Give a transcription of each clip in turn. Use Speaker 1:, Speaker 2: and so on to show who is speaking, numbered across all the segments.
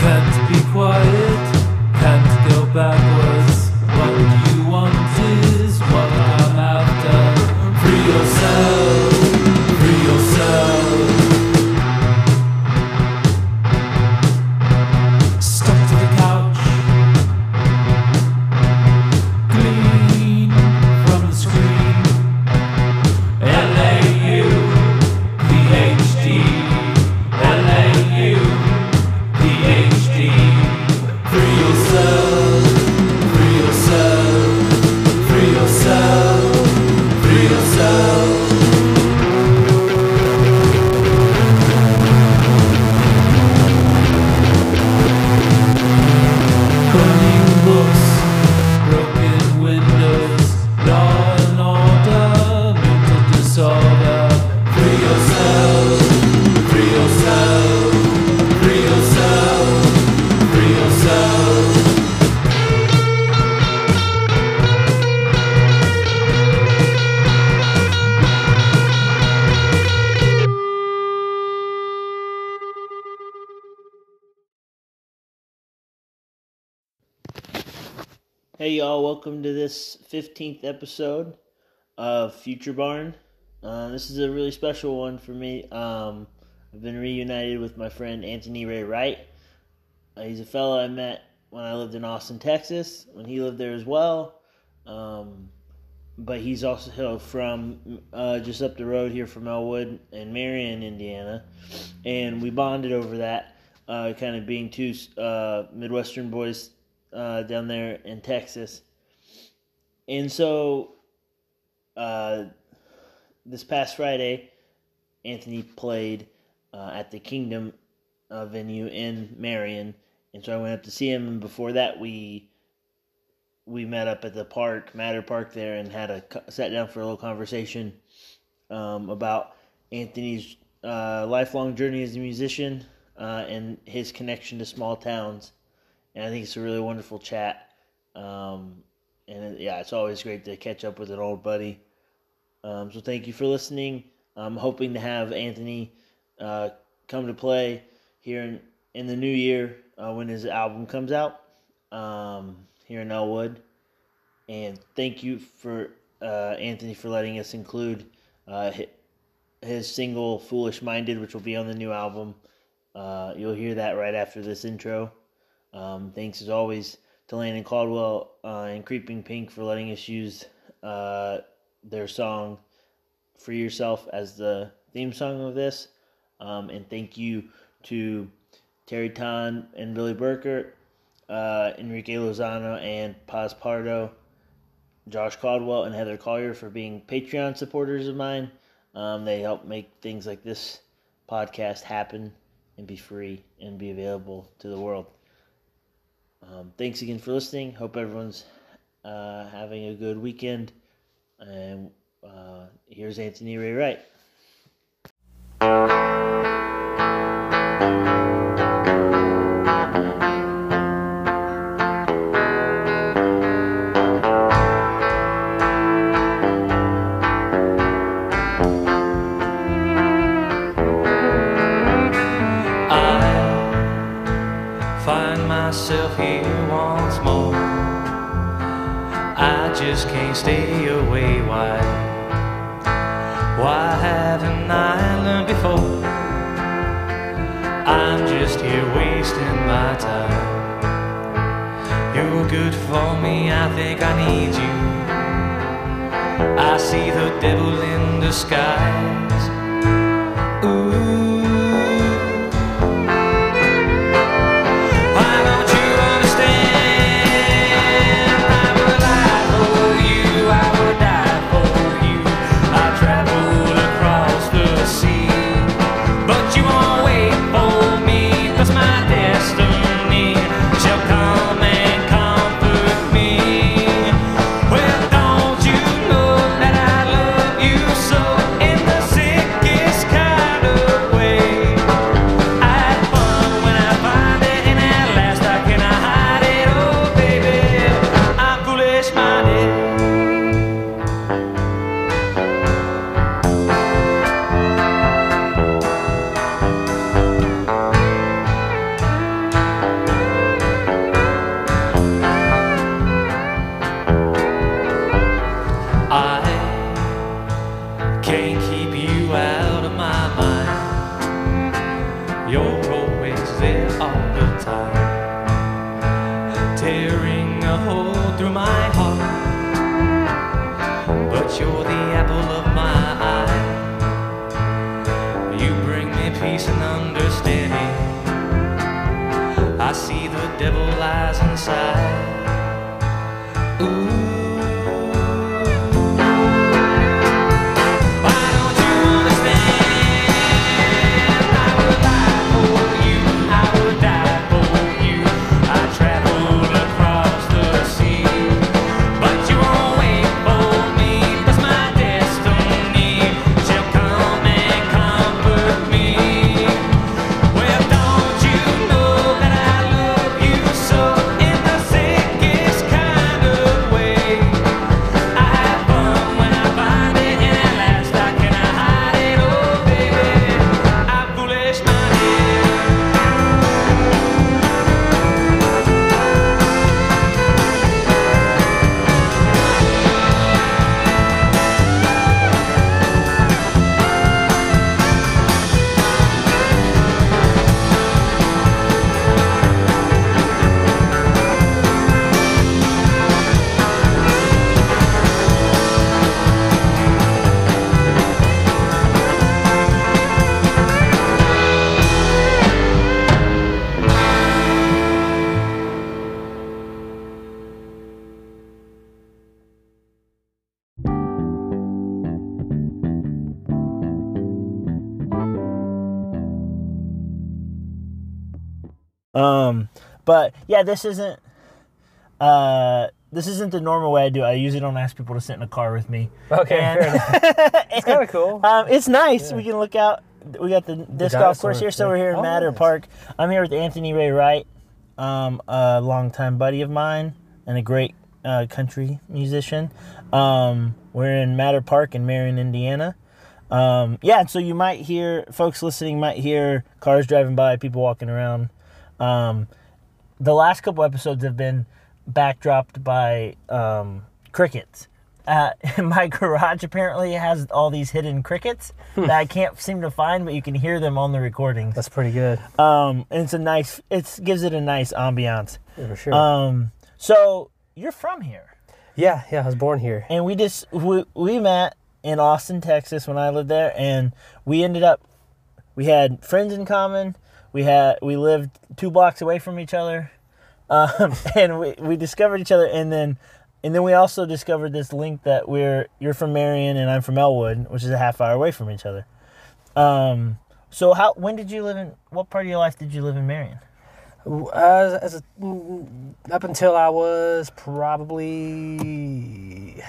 Speaker 1: Can't be quiet, can't go backwards. What you want is what I'm after. Free yourself, free yourself. Stuck to the couch. Glean from the screen. LAU, PhD. LAU, PhD. Free yourself, free yourself, free yourself, free yourself. Burning books, broken windows, law and order, mental disorder. Free yourself, free yourself, free yourself, free yourself.
Speaker 2: Hey y'all, welcome to this 15th episode of Future Barn. Uh, this is a really special one for me. Um, I've been reunited with my friend Anthony Ray Wright. Uh, he's a fellow I met when I lived in Austin, Texas, when he lived there as well. Um, but he's also from uh, just up the road here from Elwood and Marion, Indiana. And we bonded over that, uh, kind of being two uh, Midwestern boys uh, down there in Texas. And so uh, this past Friday, Anthony played uh, at the Kingdom uh, venue in Marion. And so I went up to see him. And before that, we we met up at the park, Matter Park, there, and had a co- sat down for a little conversation um, about Anthony's uh, lifelong journey as a musician uh, and his connection to small towns. And I think it's a really wonderful chat. Um, and uh, yeah, it's always great to catch up with an old buddy. Um, so thank you for listening. I'm hoping to have Anthony uh, come to play here in, in the new year uh, when his album comes out um, here in Elwood. And thank you for uh, Anthony for letting us include uh, hi- his single "Foolish Minded," which will be on the new album. Uh, you'll hear that right after this intro. Um, thanks as always to Landon Caldwell uh, and Creeping Pink for letting us use uh, their song "Free Yourself" as the theme song of this. Um, and thank you to Terry Tan and Billy Burkert, uh, Enrique Lozano and Paz Pardo, Josh Caldwell and Heather Collier for being Patreon supporters of mine. Um, they help make things like this podcast happen and be free and be available to the world. Um, thanks again for listening. Hope everyone's uh, having a good weekend. And uh, here's Anthony Ray Wright.
Speaker 1: I find myself here once more. I just can't stay away. Why? Why haven't I learned before? I'm just here wasting my time. You're good for me, I think I need you. I see the devil in disguise. Ooh. Why don't you understand? I would lie for you, I would die for you. I traveled across the sea, but you won't wait for me, 'cause my destiny shall come and comfort me. Well, don't you know that I love you so in the sea? Oh, can't keep you out of my mind. You're always there all the time, tearing a hole through my heart. But you're the apple of my eye. You bring me peace and understanding. I see the devil lies inside. Ooh. Why don't you understand? I would die for you. I would die for you. I traveled across the sea, but you won't wait for me. 'Cause my destiny shall come and comfort me. Well, don't you know that I love you so in the sickest kind of way? I have fun when I find it, and at last I cannot hide it. Oh, baby, I'm foolish-minded.
Speaker 2: Um, but yeah, this isn't uh this isn't the normal way I do. it. I usually don't ask people to sit in a car with me.
Speaker 3: Okay,
Speaker 2: And-
Speaker 3: fair enough. It's kind of cool.
Speaker 2: Um, it's nice. We can look out. We got the disc golf
Speaker 3: dinosaur
Speaker 2: course here, so
Speaker 3: thing.
Speaker 2: we're here in
Speaker 3: Oh,
Speaker 2: Matter
Speaker 3: nice.
Speaker 2: Park. I'm here with Anthony Ray Wright, um, a longtime buddy of mine and a great uh, country musician. Um, we're in Matter Park in Marion, Indiana. Um, yeah, so you might hear folks listening might hear cars driving by, people walking around. Um, the last couple episodes have been backdropped by um, crickets. Uh, my garage apparently has all these hidden crickets that I can't seem to find, but you can hear them on the recordings.
Speaker 3: Hmm. That's pretty good
Speaker 2: Um, and it's a nice, it gives it a nice ambiance.
Speaker 3: for sure.
Speaker 2: Um, so you're from here,
Speaker 3: yeah, yeah. I was born here.
Speaker 2: and we just we, we met in Austin, Texas, when I lived there, and we ended up we had friends in common. We had we lived two blocks away from each other, um, and we, we discovered each other, and then and then we also discovered this link that we're you're from Marion and I'm from Elwood, which is a half hour away from each other. Um, so how when did you live in what part of your life did you live in Marion?
Speaker 3: As, as a, mm, up until I was probably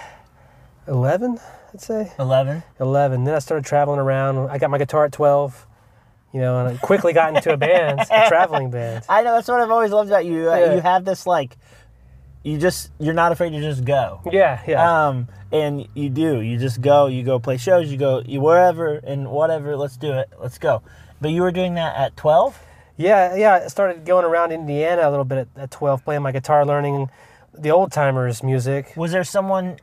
Speaker 3: eleven, I'd say
Speaker 2: Eleven.
Speaker 3: eleven. Then I started traveling around. I got my guitar at twelve. You know, and I quickly got into a band, a traveling band.
Speaker 2: I know that's what I've always loved about you. Uh,
Speaker 3: Yeah.
Speaker 2: You have this like, you just you're not afraid to just go.
Speaker 3: Yeah, yeah.
Speaker 2: Um, and you do. You just go. You go play shows. You go you, wherever and whatever. Let's do it. Let's go. But you were doing that at twelve.
Speaker 3: Yeah, yeah. I started going around Indiana a little bit at, at 12, playing my guitar, learning the old timers music.
Speaker 2: Was there someone?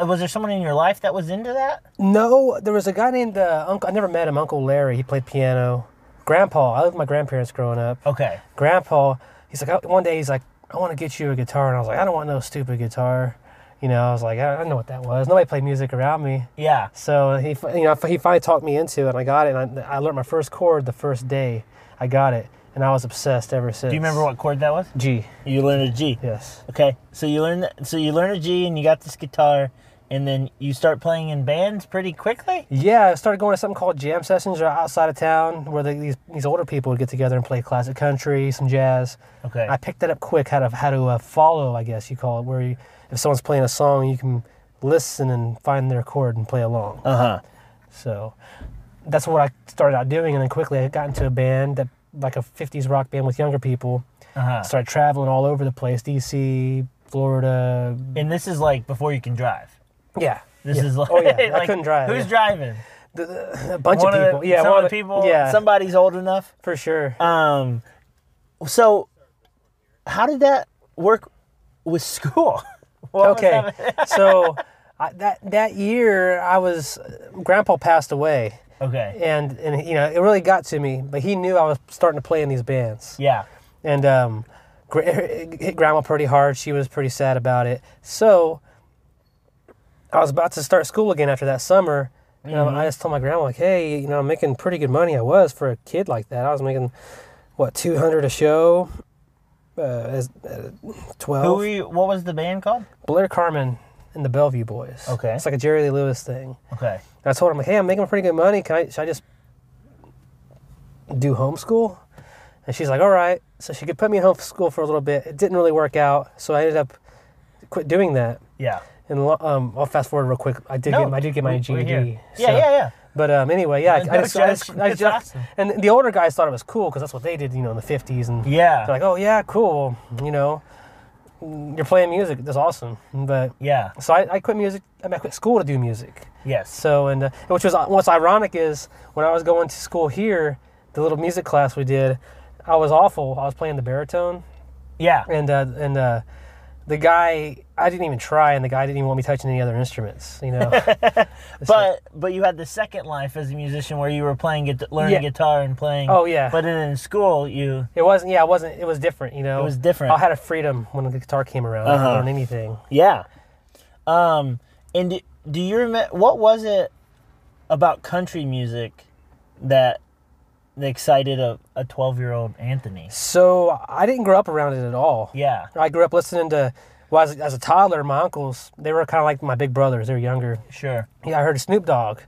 Speaker 2: uh, Was there someone in your life that was into that?
Speaker 3: No, there was a guy named uh, Uncle. I never met him. Uncle Larry. He played piano. Grandpa. I lived with my grandparents growing up.
Speaker 2: Okay.
Speaker 3: Grandpa. He's like I- one day. He's like, I want to get you a guitar, and I was like, I don't want no stupid guitar. You know, I was like, I I don't know what that was. Nobody played music around me.
Speaker 2: Yeah.
Speaker 3: So he, fi- you know, he finally talked me into it, and I got it. And I, I learned my first chord the first day. I got it, and I was obsessed ever since.
Speaker 2: Do you remember what chord that was?
Speaker 3: G.
Speaker 2: You learned a G.
Speaker 3: Yes.
Speaker 2: Okay. So you learned that, so you learned a G and you got this guitar and then you start playing in bands pretty quickly.
Speaker 3: Yeah, I started going to something called jam sessions or outside of town where the, these these older people would get together and play classic country, some jazz.
Speaker 2: Okay.
Speaker 3: I picked that up quick how to how to uh, follow, I guess you call it, where you, if someone's playing a song, you can listen and find their chord and play along.
Speaker 2: Uh huh.
Speaker 3: So that's what I started out doing, and then quickly I got into a band that like a '50s rock band with younger people.
Speaker 2: Uh huh.
Speaker 3: Started traveling all over the place, D.C., Florida.
Speaker 2: And this is like before you can drive.
Speaker 3: Yeah,
Speaker 2: This
Speaker 3: yeah.
Speaker 2: is like,
Speaker 3: oh yeah, I
Speaker 2: like,
Speaker 3: couldn't drive.
Speaker 2: Who's
Speaker 3: yeah.
Speaker 2: driving?
Speaker 3: The- the- a bunch
Speaker 2: One
Speaker 3: of
Speaker 2: of
Speaker 3: people?
Speaker 2: the,
Speaker 3: yeah,
Speaker 2: some
Speaker 3: one
Speaker 2: of the people.
Speaker 3: Yeah,
Speaker 2: Somebody's old enough.
Speaker 3: for sure.
Speaker 2: Um, so how did that work with school? What was
Speaker 3: okay
Speaker 2: that-
Speaker 3: so I, that that year I was uh, grandpa passed away
Speaker 2: Okay.
Speaker 3: and and you know it really got to me but he knew I was starting to play in these bands
Speaker 2: Yeah.
Speaker 3: and um gra- it hit grandma pretty hard she was pretty sad about it so I was about to start school again after that summer and I-
Speaker 2: Mm-hmm.
Speaker 3: I just told my grandma like hey you know I'm making pretty good money I was for a kid like that I was making what 200 a show uh, as, uh, 12
Speaker 2: Who were you? What was the band called?
Speaker 3: Blair Carmen and the Bellevue Boys.
Speaker 2: Okay.
Speaker 3: It's like a Jerry Lee Lewis thing.
Speaker 2: Okay.
Speaker 3: And I told him, hey, I'm making pretty good money. Can I, should I just do homeschool? And she's like, all right. So she could put me in homeschool for a little bit. It didn't really work out. So I ended up quit doing that.
Speaker 2: Yeah.
Speaker 3: And lo- um, I'll fast forward real quick. I did
Speaker 2: No,
Speaker 3: get I did get my
Speaker 2: we- we're
Speaker 3: GED.
Speaker 2: here.
Speaker 3: so-
Speaker 2: Yeah, yeah, yeah.
Speaker 3: But um, anyway, yeah, I,
Speaker 2: No
Speaker 3: I just, I just,
Speaker 2: judgment.
Speaker 3: I
Speaker 2: That's
Speaker 3: just-
Speaker 2: awesome.
Speaker 3: and the older guys thought it was cool because that's what they did, you know, in the fifties and
Speaker 2: Yeah.
Speaker 3: they're like, oh yeah, cool, you know, you're playing music, that's awesome. But
Speaker 2: yeah.
Speaker 3: so I, I quit music. I, mean, I quit school to do music.
Speaker 2: Yes.
Speaker 3: So and uh, which was what's ironic is when I was going to school here, the little music class we did, I was awful. I was playing the baritone,
Speaker 2: Yeah.
Speaker 3: and uh, and uh, the guy I didn't even try, and the guy didn't even want me touching any other instruments. You know,
Speaker 2: But but you had the second life as a musician where you were playing guit- learning
Speaker 3: Yeah.
Speaker 2: guitar and playing.
Speaker 3: Oh, yeah.
Speaker 2: But then in school you
Speaker 3: it wasn't. Yeah, it wasn't. It was different. You know,
Speaker 2: It was different.
Speaker 3: I had a freedom when the guitar came around. I
Speaker 2: Uh-huh.
Speaker 3: didn't learn anything.
Speaker 2: yeah. Um and do, do you remember what was it about country music that that excited a a 12-year-old Anthony?
Speaker 3: So I didn't grow up around it at all.
Speaker 2: Yeah.
Speaker 3: I grew up listening to. Well, as, as a toddler, my uncles they were kind of like my big brothers. They were younger.
Speaker 2: Sure.
Speaker 3: Yeah, I heard Snoop Dogg,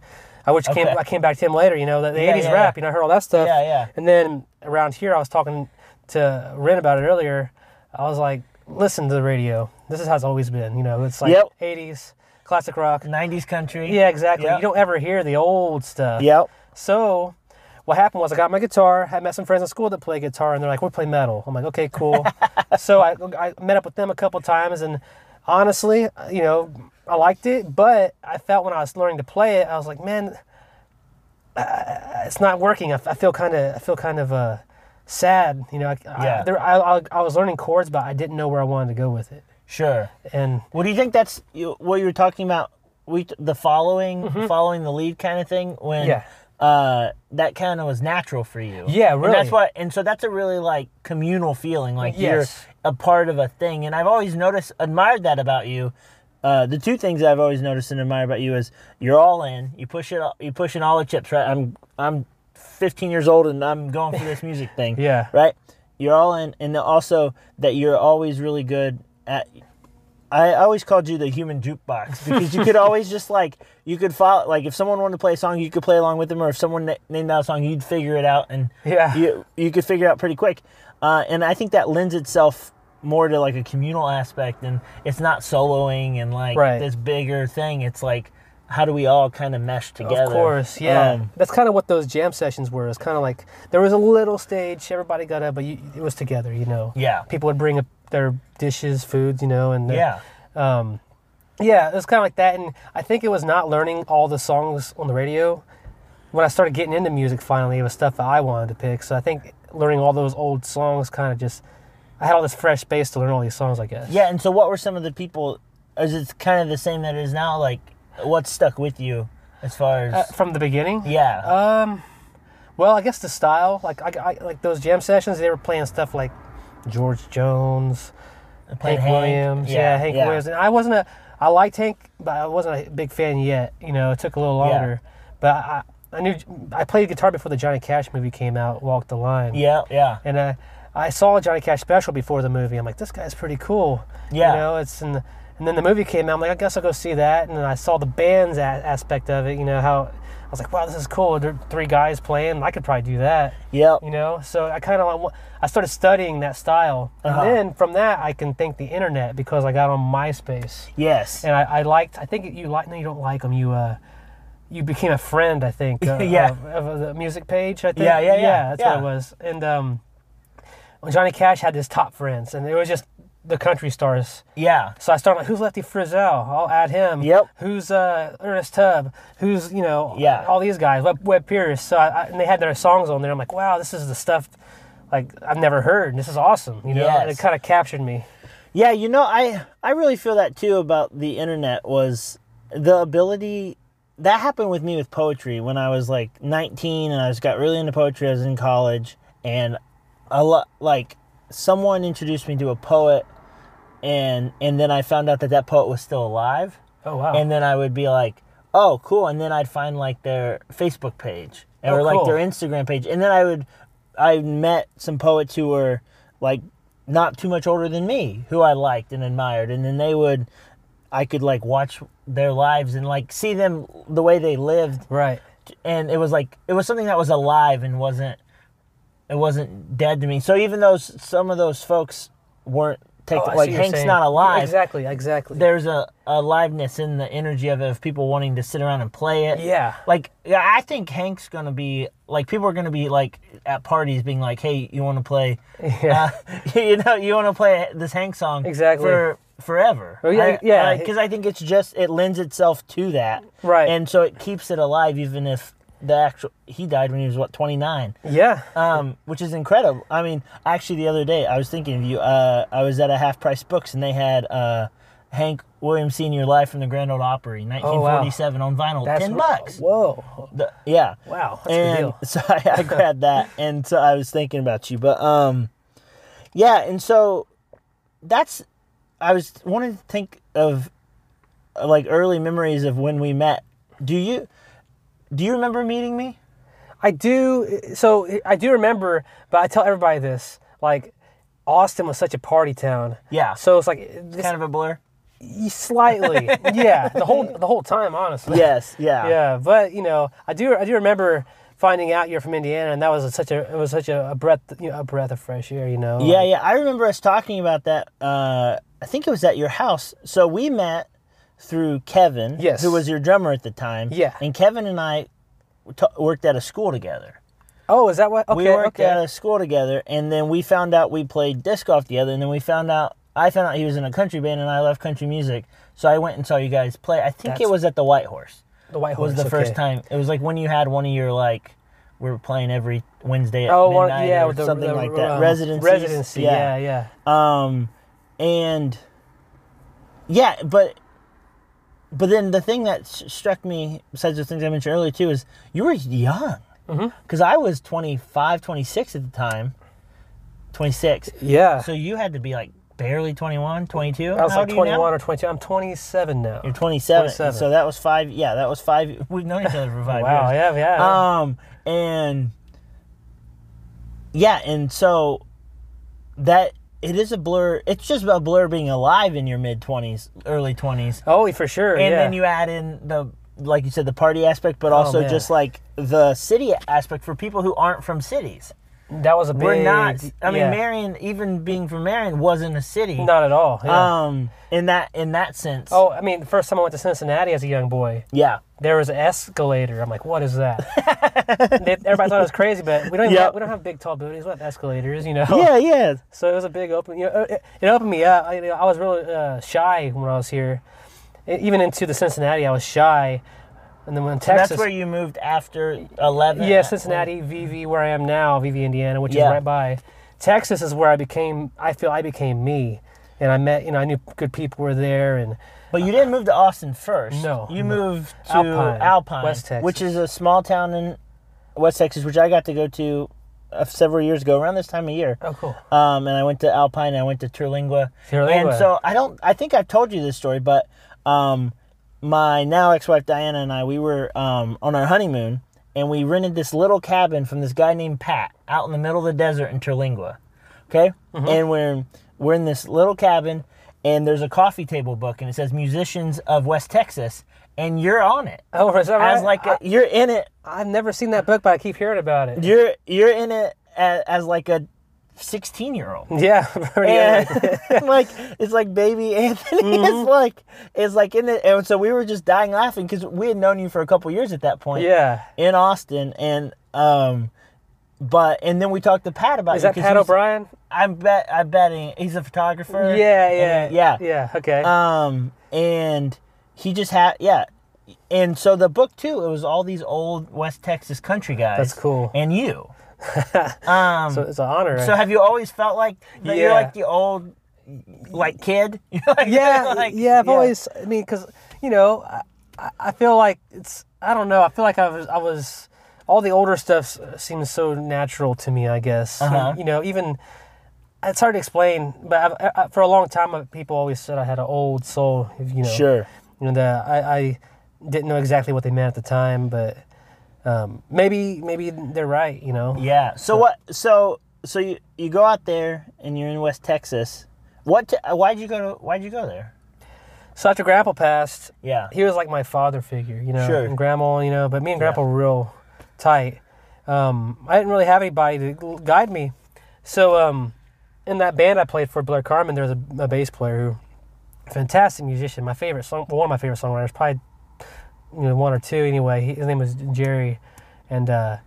Speaker 3: I which
Speaker 2: Okay.
Speaker 3: came I came back to him later. You know, the, the
Speaker 2: Yeah,
Speaker 3: '80s
Speaker 2: yeah,
Speaker 3: rap.
Speaker 2: yeah.
Speaker 3: You know, I heard all that stuff.
Speaker 2: Yeah, yeah.
Speaker 3: And then around here, I was talking to Ren about it earlier. I was like, listen to the radio. This is how it's always been. You know, it's like
Speaker 2: Yep.
Speaker 3: '80s classic rock.
Speaker 2: 90s country.
Speaker 3: Yeah, exactly.
Speaker 2: Yep.
Speaker 3: You don't ever hear the old stuff.
Speaker 2: Yep.
Speaker 3: So, what happened was I got my guitar. Had met some friends in school that play guitar, and they're like, "We play metal." I'm like, "Okay, cool." so I, I met up with them a couple times, and honestly, you know, I liked it. But I felt when I was learning to play it, I was like, "Man, uh, it's not working." I, f- I feel kind of, I feel kind of uh, sad. You know, I,
Speaker 2: Yeah.
Speaker 3: I, there, I, I, I was learning chords, but I didn't know where I wanted to go with it,
Speaker 2: Sure.
Speaker 3: and
Speaker 2: What do you think that's you, what you were talking about? We the following, following the lead kind of thing when
Speaker 3: Mm-hmm. Yeah.
Speaker 2: uh, that kind of was natural for you.
Speaker 3: Yeah,
Speaker 2: And that's
Speaker 3: really.
Speaker 2: why, and so that's a really like communal feeling, like
Speaker 3: Yes.
Speaker 2: you're a part of a thing. And I've always noticed, admired that about you. Uh, the two things I've always noticed and admired about you is you're all in. You push it. You pushing all the chips. Right. I'm I'm 15 years old and I'm going for this music thing.
Speaker 3: Yeah.
Speaker 2: Right. You're all in, and also that you're always really good at I always called you the human jukebox because you could always just like you could follow like if someone wanted to play a song you could play along with them or if someone na- named out a song you'd figure it out and
Speaker 3: Yeah.
Speaker 2: you you could figure it out pretty quick uh, and I think that lends itself more to like a communal aspect and it's not soloing and like
Speaker 3: Right.
Speaker 2: this bigger thing it's like how do we all kind of mesh together
Speaker 3: Of course, yeah.
Speaker 2: Um,
Speaker 3: That's kind of what those jam sessions were. It's kind of like there was a little stage, everybody got up, but you, it was together, you know.
Speaker 2: Yeah.
Speaker 3: People would bring up their dishes, foods, you know, and their-
Speaker 2: yeah
Speaker 3: yeah. It was kind of like that, and I think it was not learning all the songs on the radio. When I started getting into music, finally, it was stuff that I wanted to pick. So I think learning all those old songs kind of just, I had all this fresh space to learn all these songs, I guess.
Speaker 2: yeah and so what were some of the people is it kind of the same that it is now like what stuck with you as far as
Speaker 3: Uh, from the beginning.
Speaker 2: yeah
Speaker 3: Um, Well, I guess the style, like I, I- like those jam sessions, they were playing stuff like George Jones,
Speaker 2: played
Speaker 3: Hank,
Speaker 2: Hank.
Speaker 3: Williams, yeah,
Speaker 2: Yeah,
Speaker 3: Hank
Speaker 2: yeah.
Speaker 3: Williams. And I wasn't a, I liked Hank, but I wasn't a big fan yet. You know, it took a little
Speaker 2: Yeah.
Speaker 3: longer. But I, I knew I played guitar before the Johnny Cash movie came out, Walk the Line.
Speaker 2: yeah yeah
Speaker 3: and I, I saw a Johnny Cash special before the movie. I'm like, this guy's pretty cool.
Speaker 2: Yeah.
Speaker 3: you know, it's and and then the movie came out. I'm like, I guess I'll go see that. And then I saw the band's a- aspect of it. You know how I was like, wow, this is cool. There are three guys playing. I could probably do that.
Speaker 2: Yep.
Speaker 3: You know, so I kind of I started studying that style,
Speaker 2: Uh-huh.
Speaker 3: and then from that I can thank the internet because I got on MySpace,
Speaker 2: Yes.
Speaker 3: and I, I liked. I think you like. No, you don't like them. You uh, you became a friend. I think. uh,
Speaker 2: Yeah.
Speaker 3: Of, of the music page. I think.
Speaker 2: Yeah, yeah, yeah,
Speaker 3: that's
Speaker 2: yeah.
Speaker 3: what it was. And um, when Johnny Cash had his top friends, and it was just the country stars.
Speaker 2: yeah.
Speaker 3: So I started like, who's Lefty Frizzell? I'll add him.
Speaker 2: Yep.
Speaker 3: Who's uh, Ernest Tubb? Who's you know?
Speaker 2: Yeah.
Speaker 3: All these guys, Web, Web Pierce. So I, I, and they had their songs on there. I'm like, wow, this is the stuff like I've never heard. and This is awesome. You know,
Speaker 2: Yes.
Speaker 3: it kind of captured me.
Speaker 2: Yeah, you know, I I really feel that too about the internet was the ability that happened with me with poetry when I was like 19 and I just got really into poetry. I was in college and a lot like someone introduced me to a poet and and then I found out that that poet was still alive
Speaker 3: Oh wow.
Speaker 2: and then I would be like, "Oh, cool!" And then I'd find like their Facebook page and
Speaker 3: Oh,
Speaker 2: or like
Speaker 3: cool.
Speaker 2: their Instagram page, and then I would, I met some poets who were like not too much older than me, who I liked and admired, and then they would, I could like watch their lives and like see them the way they lived,
Speaker 3: right.
Speaker 2: and it was like it was something that was alive and wasn't, it wasn't dead to me. So even though s- some of those folks weren't. Take,
Speaker 3: Oh, I see what
Speaker 2: like
Speaker 3: you're
Speaker 2: Hank's
Speaker 3: saying.
Speaker 2: not alive,
Speaker 3: Exactly. Exactly.
Speaker 2: there's a aliveness in the energy of it of people wanting to sit around and play it.
Speaker 3: Yeah.
Speaker 2: Like yeah, I think Hank's gonna be like people are gonna be like at parties being like, Hey, you wanna play
Speaker 3: Yeah.
Speaker 2: uh, you know, you wanna play this Hank song
Speaker 3: Exactly.
Speaker 2: for forever.
Speaker 3: yeah, yeah.
Speaker 2: Because I think it's just it lends itself to that.
Speaker 3: Right.
Speaker 2: And so it keeps it alive even if the actual he died when he was what, twenty nine
Speaker 3: yeah.
Speaker 2: um, which is incredible. I mean, actually, the other day I was thinking of you. Uh, I was at a half price books and they had uh, Hank Williams Senior live from the Grand Ole Opry, 1947, on vinyl, ten bucks.
Speaker 3: Whoa.
Speaker 2: The- yeah,
Speaker 3: Wow. That's a good
Speaker 2: and
Speaker 3: deal.
Speaker 2: so I, I grabbed that, and so I was thinking about you, but um, yeah, and so that's I was wanting to think of uh, like early memories of when we met. Do you do you remember meeting me?
Speaker 3: I do. So I do remember, but I tell everybody this. Like, Austin was such a party town.
Speaker 2: Yeah.
Speaker 3: So it's like this,
Speaker 2: Kind of a blur.
Speaker 3: slightly. yeah. The whole the whole time, honestly.
Speaker 2: Yes. Yeah.
Speaker 3: Yeah. But you know, I do I do remember finding out you're from Indiana, and that was such a it was such a, a breath you know, a breath of fresh air. You know.
Speaker 2: Yeah,
Speaker 3: Like,
Speaker 2: yeah. I remember us talking about that. Uh, I think it was at your house. So we met through Kevin,
Speaker 3: Yes.
Speaker 2: who was your drummer at the time.
Speaker 3: Yeah.
Speaker 2: And Kevin and I t- worked at a school together.
Speaker 3: Oh, is that what? Okay.
Speaker 2: we worked
Speaker 3: okay.
Speaker 2: at a school together, and then we found out we played disc golf together, and then we found out. I found out he was in a country band, and I love country music. So I went and saw you guys play. I think it
Speaker 3: That's-
Speaker 2: was at the White Horse.
Speaker 3: the White Horse
Speaker 2: Was the first
Speaker 3: okay.
Speaker 2: time. It was like when you had one of your like. We were playing every Wednesday at
Speaker 3: Oh, one,
Speaker 2: midnight
Speaker 3: yeah,
Speaker 2: or
Speaker 3: with the,
Speaker 2: something
Speaker 3: the,
Speaker 2: like that.
Speaker 3: um,
Speaker 2: residencies.
Speaker 3: Residency, yeah, yeah.
Speaker 2: Um, and yeah, but but then the thing that s- struck me, besides the things I mentioned earlier too, is you were young.
Speaker 3: Mm-hmm.
Speaker 2: Because I was 25, 26 at the time, 26.
Speaker 3: Yeah.
Speaker 2: So you had to be like barely 21, 22.
Speaker 3: I was
Speaker 2: How
Speaker 3: like
Speaker 2: old are you now?
Speaker 3: 21 or 22. I'm 27 now.
Speaker 2: You're 27.
Speaker 3: 27.
Speaker 2: So that was five. Yeah, that was five. We've known each other for five years.
Speaker 3: Wow, yeah, yeah.
Speaker 2: Um, and yeah, and so that it is a blur. It's just a blur being alive in your mid twenties, early twenties,
Speaker 3: oh, for sure.
Speaker 2: and
Speaker 3: yeah. Oh,
Speaker 2: then you add in the like you said the party aspect, but also
Speaker 3: man.
Speaker 2: just like the city aspect for people who aren't from cities.
Speaker 3: That was a big.
Speaker 2: We're not. I mean,
Speaker 3: yeah.
Speaker 2: Marion, even being from Marion, wasn't a city.
Speaker 3: Not at all. Yeah.
Speaker 2: Um, in that in that sense.
Speaker 3: oh, I mean, the first time I went to Cincinnati as a young boy,
Speaker 2: yeah.
Speaker 3: there was an escalator. I'm like, what is that? they, everybody thought it was crazy, but we don't. Even
Speaker 2: Yeah.
Speaker 3: have, we don't have big tall buildings. We have escalators, you know.
Speaker 2: Yeah, yeah.
Speaker 3: So it was a big open. You know, it, it opened me up. I, you know, I was really uh, shy when I was here, E- even into the Cincinnati. I was shy, and then when Texas.
Speaker 2: That's where you moved after eleven.
Speaker 3: Yeah, Cincinnati, VV, where I am now, VV, Indiana, which
Speaker 2: Yeah.
Speaker 3: is right by. Texas is where I became. I feel I became me, and I met. You know, I knew good people were there, and
Speaker 2: But you didn't move to Austin first.
Speaker 3: No,
Speaker 2: You
Speaker 3: no.
Speaker 2: moved to Alpine,
Speaker 3: Alpine, West Texas.
Speaker 2: which is a small town in West Texas, which I got to go to uh, several years ago around this time of year.
Speaker 3: oh, cool.
Speaker 2: Um, and I went to Alpine. and I went to Terlingua.
Speaker 3: Terlingua.
Speaker 2: And so I don't. I think I've told you this story, but um, my now ex-wife Diana and I we were um, on our honeymoon, and we rented this little cabin from this guy named Pat out in the middle of the desert in Terlingua. Okay. And we're we're in this little cabin, and there's a coffee table book, and it says musicians of West Texas, and you're on it.
Speaker 3: Oh, is that right?
Speaker 2: As like
Speaker 3: I,
Speaker 2: a, you're in it
Speaker 3: I've never seen that book, but I keep hearing about it.
Speaker 2: you're you're in it as, as like a 16 year old
Speaker 3: Yeah, pretty
Speaker 2: and
Speaker 3: good.
Speaker 2: Eh. like it's like baby Anthony is
Speaker 3: Mm-hmm.
Speaker 2: like is like in it, and so we were just dying laughing because we had known you for a couple years at that point.
Speaker 3: yeah.
Speaker 2: in Austin, and um, but and then we talked to Pat about
Speaker 3: Is
Speaker 2: you
Speaker 3: that
Speaker 2: 'cause
Speaker 3: Pat
Speaker 2: he's-
Speaker 3: O'Brien?
Speaker 2: I'm bet I'm betting he's a photographer.
Speaker 3: Yeah, yeah,
Speaker 2: and- yeah,
Speaker 3: Eh, yeah. Okay.
Speaker 2: um, and he just had yeah, and so the book too. It was all these old West Texas country guys.
Speaker 3: That's cool.
Speaker 2: And you. um,
Speaker 3: so it's an honor.
Speaker 2: so have you always felt like that you're
Speaker 3: Yeah.
Speaker 2: like the old like kid? You're like-
Speaker 3: yeah,
Speaker 2: like-
Speaker 3: yeah. I've always, I mean, because you know, I, I, I feel like it's I don't know. I feel like I was I was all the older stuff seems so natural to me. I guess
Speaker 2: Uh-huh.
Speaker 3: you know even it's hard to explain. But I, I, for a long time, uh, people always said I had an old soul. You know,
Speaker 2: Sure.
Speaker 3: you know that I, I didn't know exactly what they meant at the time, but um, maybe maybe they're right. You know,
Speaker 2: Yeah. So what? So so you you go out there and you're in West Texas. What? T- uh, why'd you go to? Why'd you go there?
Speaker 3: so after Grandpa passed,
Speaker 2: Yeah.
Speaker 3: he was like my father figure, you know,
Speaker 2: Sure.
Speaker 3: and grandma, you know, but me and grandpa were real tight. Um, I didn't really have anybody to gu- guide me. So, um, in that band I played for, Blair Carmen, there was a, a bass player who, fantastic musician, my favorite song, well, one of my favorite songwriters, probably, you know, one or two anyway. He, his name was Jerry. And, uh,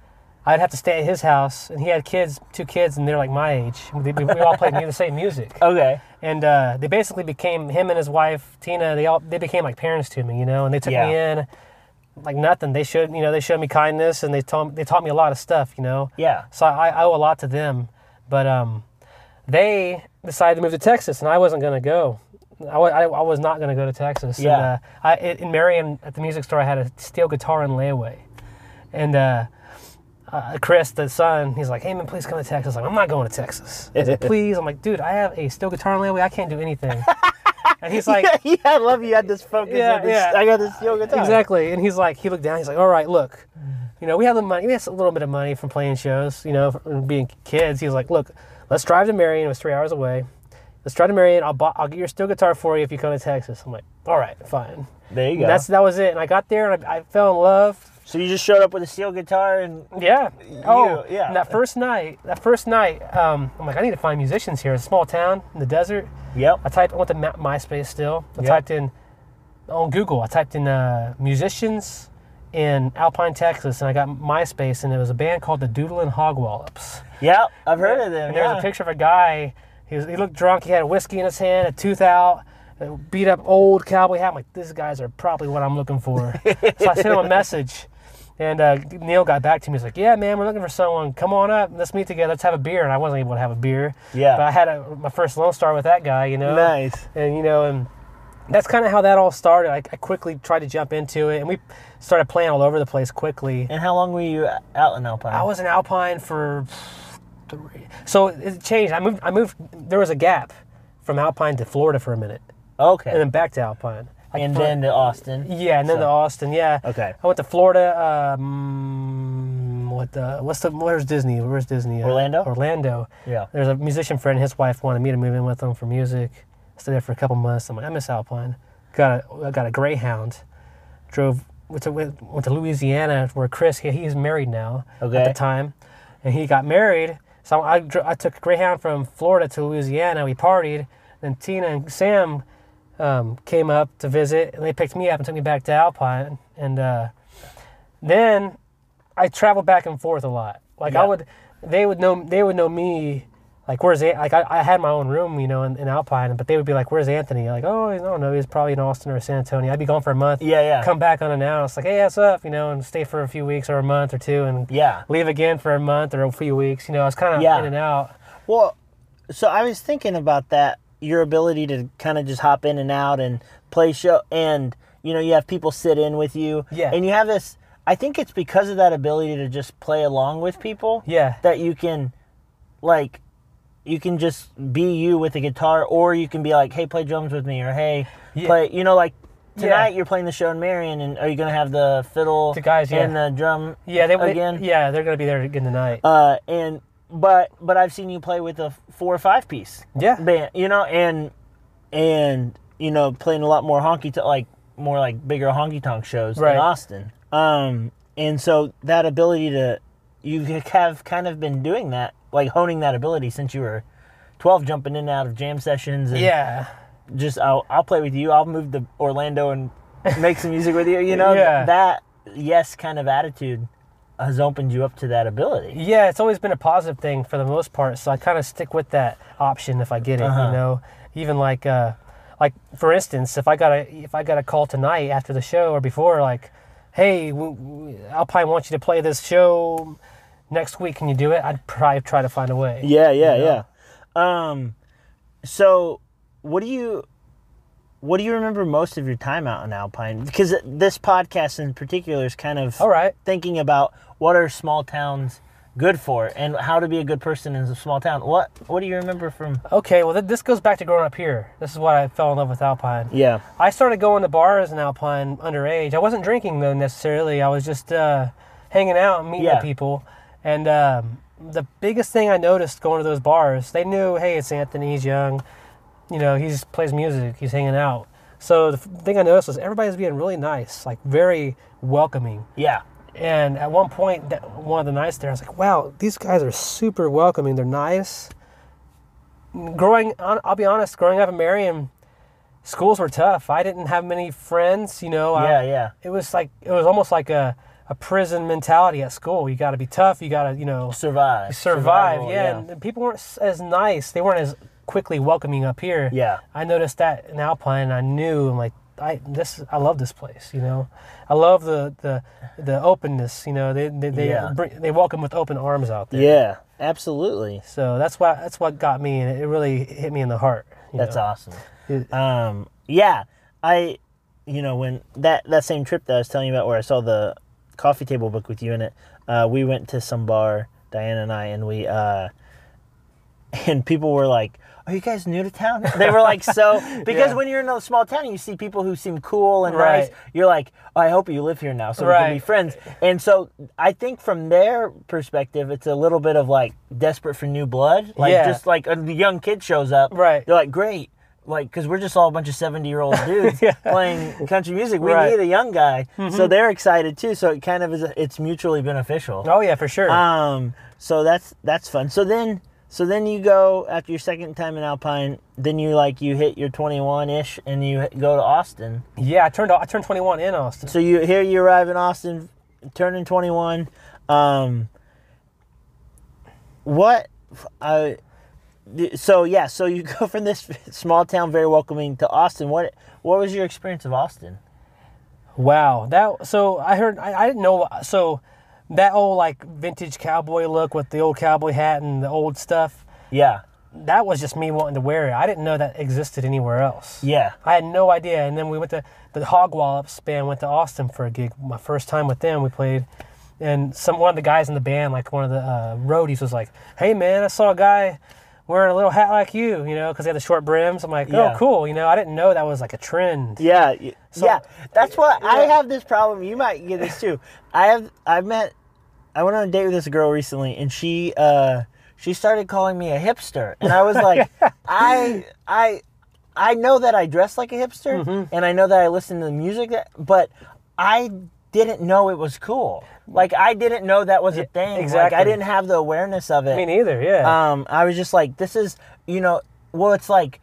Speaker 3: I'd have to stay at his house, and he had kids, two kids, and they're like my age. We, we, we all played mu- the same music
Speaker 2: Okay.
Speaker 3: and uh, they basically became him and his wife Tina. They all they became like parents to me, you know, and they took me
Speaker 2: Yeah.
Speaker 3: in like nothing. They showed you know they showed me kindness and they taught they taught me a lot of stuff, you know.
Speaker 2: Yeah.
Speaker 3: So I, I owe a lot to them, but um, they decided to move to Texas, and I wasn't gonna go. I wa- I- I was not gonna go to Texas.
Speaker 2: Yeah.
Speaker 3: And, uh, I in Marion at the music store, I had a steel guitar in layaway, and. uh uh, Chris, the son, he's like, "Hey man, please come to Texas." I'm like, I'm not going to Texas. He's like, please, I'm like, dude, I have a steel guitar in layaway. I can't do anything. and he's like,
Speaker 2: yeah, I love you. Had this focus.
Speaker 3: Yeah,
Speaker 2: on this,
Speaker 3: yeah.
Speaker 2: I got this yoga time.
Speaker 3: exactly. And he's like, he looked down. He's like, all right, look, you know, we have the money. We have a little bit of money from playing shows. You know, from being kids. He's like, look, let's drive to Marion. It was three hours away. Let's drive to Marion. I'll buy, I'll get your steel guitar for you if you come to Texas. I'm like, all right, fine.
Speaker 2: There you go.
Speaker 3: And that's that was it. And I got there and I, I fell in love.
Speaker 2: so you just showed up with a steel guitar and
Speaker 3: Yeah.
Speaker 2: yeah.
Speaker 3: Oh, yeah. And that first night, that first night, um, I'm like, I need to find musicians here. It's a small town in the desert.
Speaker 2: yep.
Speaker 3: I typed, I went to Ma- MySpace still. I
Speaker 2: Yeah.
Speaker 3: typed in on Google. I typed in uh, musicians in Alpine, Texas, and I got MySpace, and it was a band called the Doodlin' Hogwallops.
Speaker 2: Yep. I've heard of them.
Speaker 3: And there was
Speaker 2: yeah.
Speaker 3: a picture of a guy. He, was, he looked drunk. He had a whiskey in his hand, a tooth out, a beat up old cowboy hat. I'm like, these guys are probably what I'm looking for. so I sent him a message. And uh, Neil got back to me. He's like, "Yeah, man, we're looking for someone. Come on up. Let's meet together. Let's have a beer." And I wasn't able to have a beer.
Speaker 2: Yeah.
Speaker 3: But I had a, my first Lone Star with that guy. You know
Speaker 2: Nice.
Speaker 3: and you know and that's kind of how that all started I, I quickly tried to jump into it and we started playing all over the place quickly
Speaker 2: And how long were you out in Alpine?
Speaker 3: i was in alpine for three so it changed i moved i moved there was a gap from alpine to florida for a minute
Speaker 2: okay.
Speaker 3: and then back to alpine I-
Speaker 2: and then to Austin.
Speaker 3: yeah and then
Speaker 2: so-
Speaker 3: to austin yeah
Speaker 2: Okay.
Speaker 3: i went to florida um what the what's the where's disney where's disney Uh,
Speaker 2: Orlando?
Speaker 3: orlando
Speaker 2: Yeah.
Speaker 3: there's a musician friend, his wife wanted me to move in with them for music. Stayed there for a couple months. I'm like, I miss Alpine. Got a I got a Greyhound. Drove went to went, went to Louisiana where Chris he, he's married now. At
Speaker 2: Okay.
Speaker 3: the time, and he got married. So I dro- I took Greyhound from Florida to Louisiana. We partied. Then Tina and Sam um, came up to visit, and they picked me up and took me back to Alpine. And uh, then I traveled back and forth a lot. Like
Speaker 2: Yeah.
Speaker 3: I would, they would know, they would know me. Like where's An- like I, I had my own room, you know, in, in Alpine, but they would be like, "Where's Anthony?" Like, oh, I don't know, he's probably in Austin or San Antonio. I'd be gone for a month.
Speaker 2: Yeah, yeah.
Speaker 3: Come back unannounced, like, "Hey, what's up?" You know, and stay for a few weeks or a month or two, and
Speaker 2: Yeah.
Speaker 3: leave again for a month or a few weeks. You know, I was kind of
Speaker 2: Yeah.
Speaker 3: in and out.
Speaker 2: Well, so I was thinking about that your ability to kind of just hop in and out and play show and you know you have people sit in with you
Speaker 3: Yeah.
Speaker 2: and you have this I think it's because of that ability to just play along with people
Speaker 3: Yeah.
Speaker 2: that you can like you can just be you with a guitar or you can be like hey play drums with me or hey
Speaker 3: Yeah.
Speaker 2: play you know like
Speaker 3: Yeah.
Speaker 2: tonight you're playing the show in Marion and are you going to have the fiddle
Speaker 3: The guys, yeah.
Speaker 2: and the drum
Speaker 3: Yeah, they they-
Speaker 2: again
Speaker 3: Yeah, they're gonna be there again tonight.
Speaker 2: uh, and but but I've seen you play with a four or five piece
Speaker 3: Yeah.
Speaker 2: band, you know, and and you know playing a lot more honky to like more like bigger honky tonk shows
Speaker 3: Right.
Speaker 2: in Austin. Um, and so that ability to you have kind of been doing that, like honing that ability since you were twelve, jumping in and out of jam sessions. And
Speaker 3: yeah,
Speaker 2: just I'll, I'll play with you. I'll move to Orlando and make some music with you. You know
Speaker 3: Yeah.
Speaker 2: that yes kind of attitude has opened you up to that ability.
Speaker 3: yeah, it's always been a positive thing for the most part. So I kind of stick with that option if I get it. You know, even like uh, like for instance, if I got a if I got a call tonight after the show or before, like, hey, w- w- Alpine wants you to play this show next week. Can you do it? I'd probably try to find a way.
Speaker 2: Yeah, yeah, yeah. Um, so what do you? what do you remember most of your time out in Alpine? Because this podcast in particular is kind of
Speaker 3: All right.
Speaker 2: thinking about what are small towns good for and how to be a good person in a small town. What What do you remember from?
Speaker 3: Okay, well, th- this goes back to growing up here. This is why I fell in love with Alpine.
Speaker 2: Yeah,
Speaker 3: I started going to bars in Alpine underage. I wasn't drinking though necessarily. I was just uh, hanging out and meeting
Speaker 2: Yeah.
Speaker 3: people. And um, the biggest thing I noticed going to those bars, they knew, hey, it's Anthony. He's young. You know, he just plays music. He's hanging out. So the f- thing I noticed was everybody's being really nice, like very welcoming.
Speaker 2: yeah,
Speaker 3: And at one point, that, one of the nights there, I was like, wow, these guys are super welcoming. They're nice. Growing, on, I'll be honest, growing up in Marion, schools were tough. I didn't have many friends, you know.
Speaker 2: yeah,
Speaker 3: I,
Speaker 2: yeah.
Speaker 3: It was like, it was almost like a, a prison mentality at school. You got to be tough. You got to, you know,
Speaker 2: Survive.
Speaker 3: survive.
Speaker 2: Survival,
Speaker 3: Yeah. And people weren't s- as nice. They weren't as quickly welcoming up here.
Speaker 2: Yeah.
Speaker 3: I noticed that in Alpine. and I knew I'm like I this I love this place. You know, I love the the the openness. You know, they they they,
Speaker 2: Yeah.
Speaker 3: bring, they welcome with open arms out there.
Speaker 2: Yeah, absolutely.
Speaker 3: So that's why that's what got me, and it really hit me in the heart. you
Speaker 2: That's
Speaker 3: know.
Speaker 2: awesome.
Speaker 3: It-
Speaker 2: Um, yeah, I, you know, when that that same trip that I was telling you about, where I saw the coffee table book with you in it, uh, we went to some bar, Diana and I, and we, uh, and people were like, "Are you guys new to town?" They were like, "So," because
Speaker 3: Yeah.
Speaker 2: when you're in a small town, and you see people who seem cool and nice.
Speaker 3: Right.
Speaker 2: You're like, "Oh, "I hope you live here now, so we can be
Speaker 3: Right.
Speaker 2: friends." And so I think from their perspective, it's a little bit of like desperate for new blood, like
Speaker 3: Yeah.
Speaker 2: just like a young kid shows up,
Speaker 3: Right.
Speaker 2: they're like, great. Like, because we're just all a bunch of 70 year old dudes playing country music. We
Speaker 3: Right. Mm-hmm.
Speaker 2: need a young guy. So they're excited too. So it kind of is, it's mutually beneficial.
Speaker 3: Oh yeah, for sure.
Speaker 2: Um, so that's, that's fun. So then, so then you go after your second time in Alpine, then you like, you hit your 21 ish and you h- go to Austin.
Speaker 3: yeah, I turned I turned 21 in Austin.
Speaker 2: So you, here you arrive in Austin, turning 21. Um, what, I, so yeah, so you go from this small town, very welcoming, to Austin. What what was your experience of Austin?
Speaker 3: Wow, that so I heard I, I didn't know so that old like vintage cowboy look with the old cowboy hat and the old stuff.
Speaker 2: Yeah,
Speaker 3: That was just me wanting to wear it. I didn't know that existed anywhere else.
Speaker 2: yeah,
Speaker 3: I had no idea. And then we went to the Hog Wallops band went to Austin for a gig. My first time with them, we played, and some one of the guys in the band, like one of the uh, roadies, was like, "Hey man, I saw a guy wearing a little hat like you, you know, because they had the short brims." I'm like,
Speaker 2: Yeah.
Speaker 3: "Oh, cool," you know. I didn't know that was like a trend.
Speaker 2: yeah, y-
Speaker 3: So-
Speaker 2: yeah. That's why I have this problem. You might get this too. I have I met I went on a date with this girl recently, and she uh she started calling me a hipster, and I was like, I I I know that I dress like a hipster,
Speaker 3: Mm-hmm.
Speaker 2: and I know that I listen to the music, that, but I didn't know it was cool. Like I didn't know that was a thing. Like I
Speaker 3: exactly.
Speaker 2: didn't have the awareness of it.
Speaker 3: Me neither. Yeah.
Speaker 2: um, I was just like, this is, you know, well, it's like,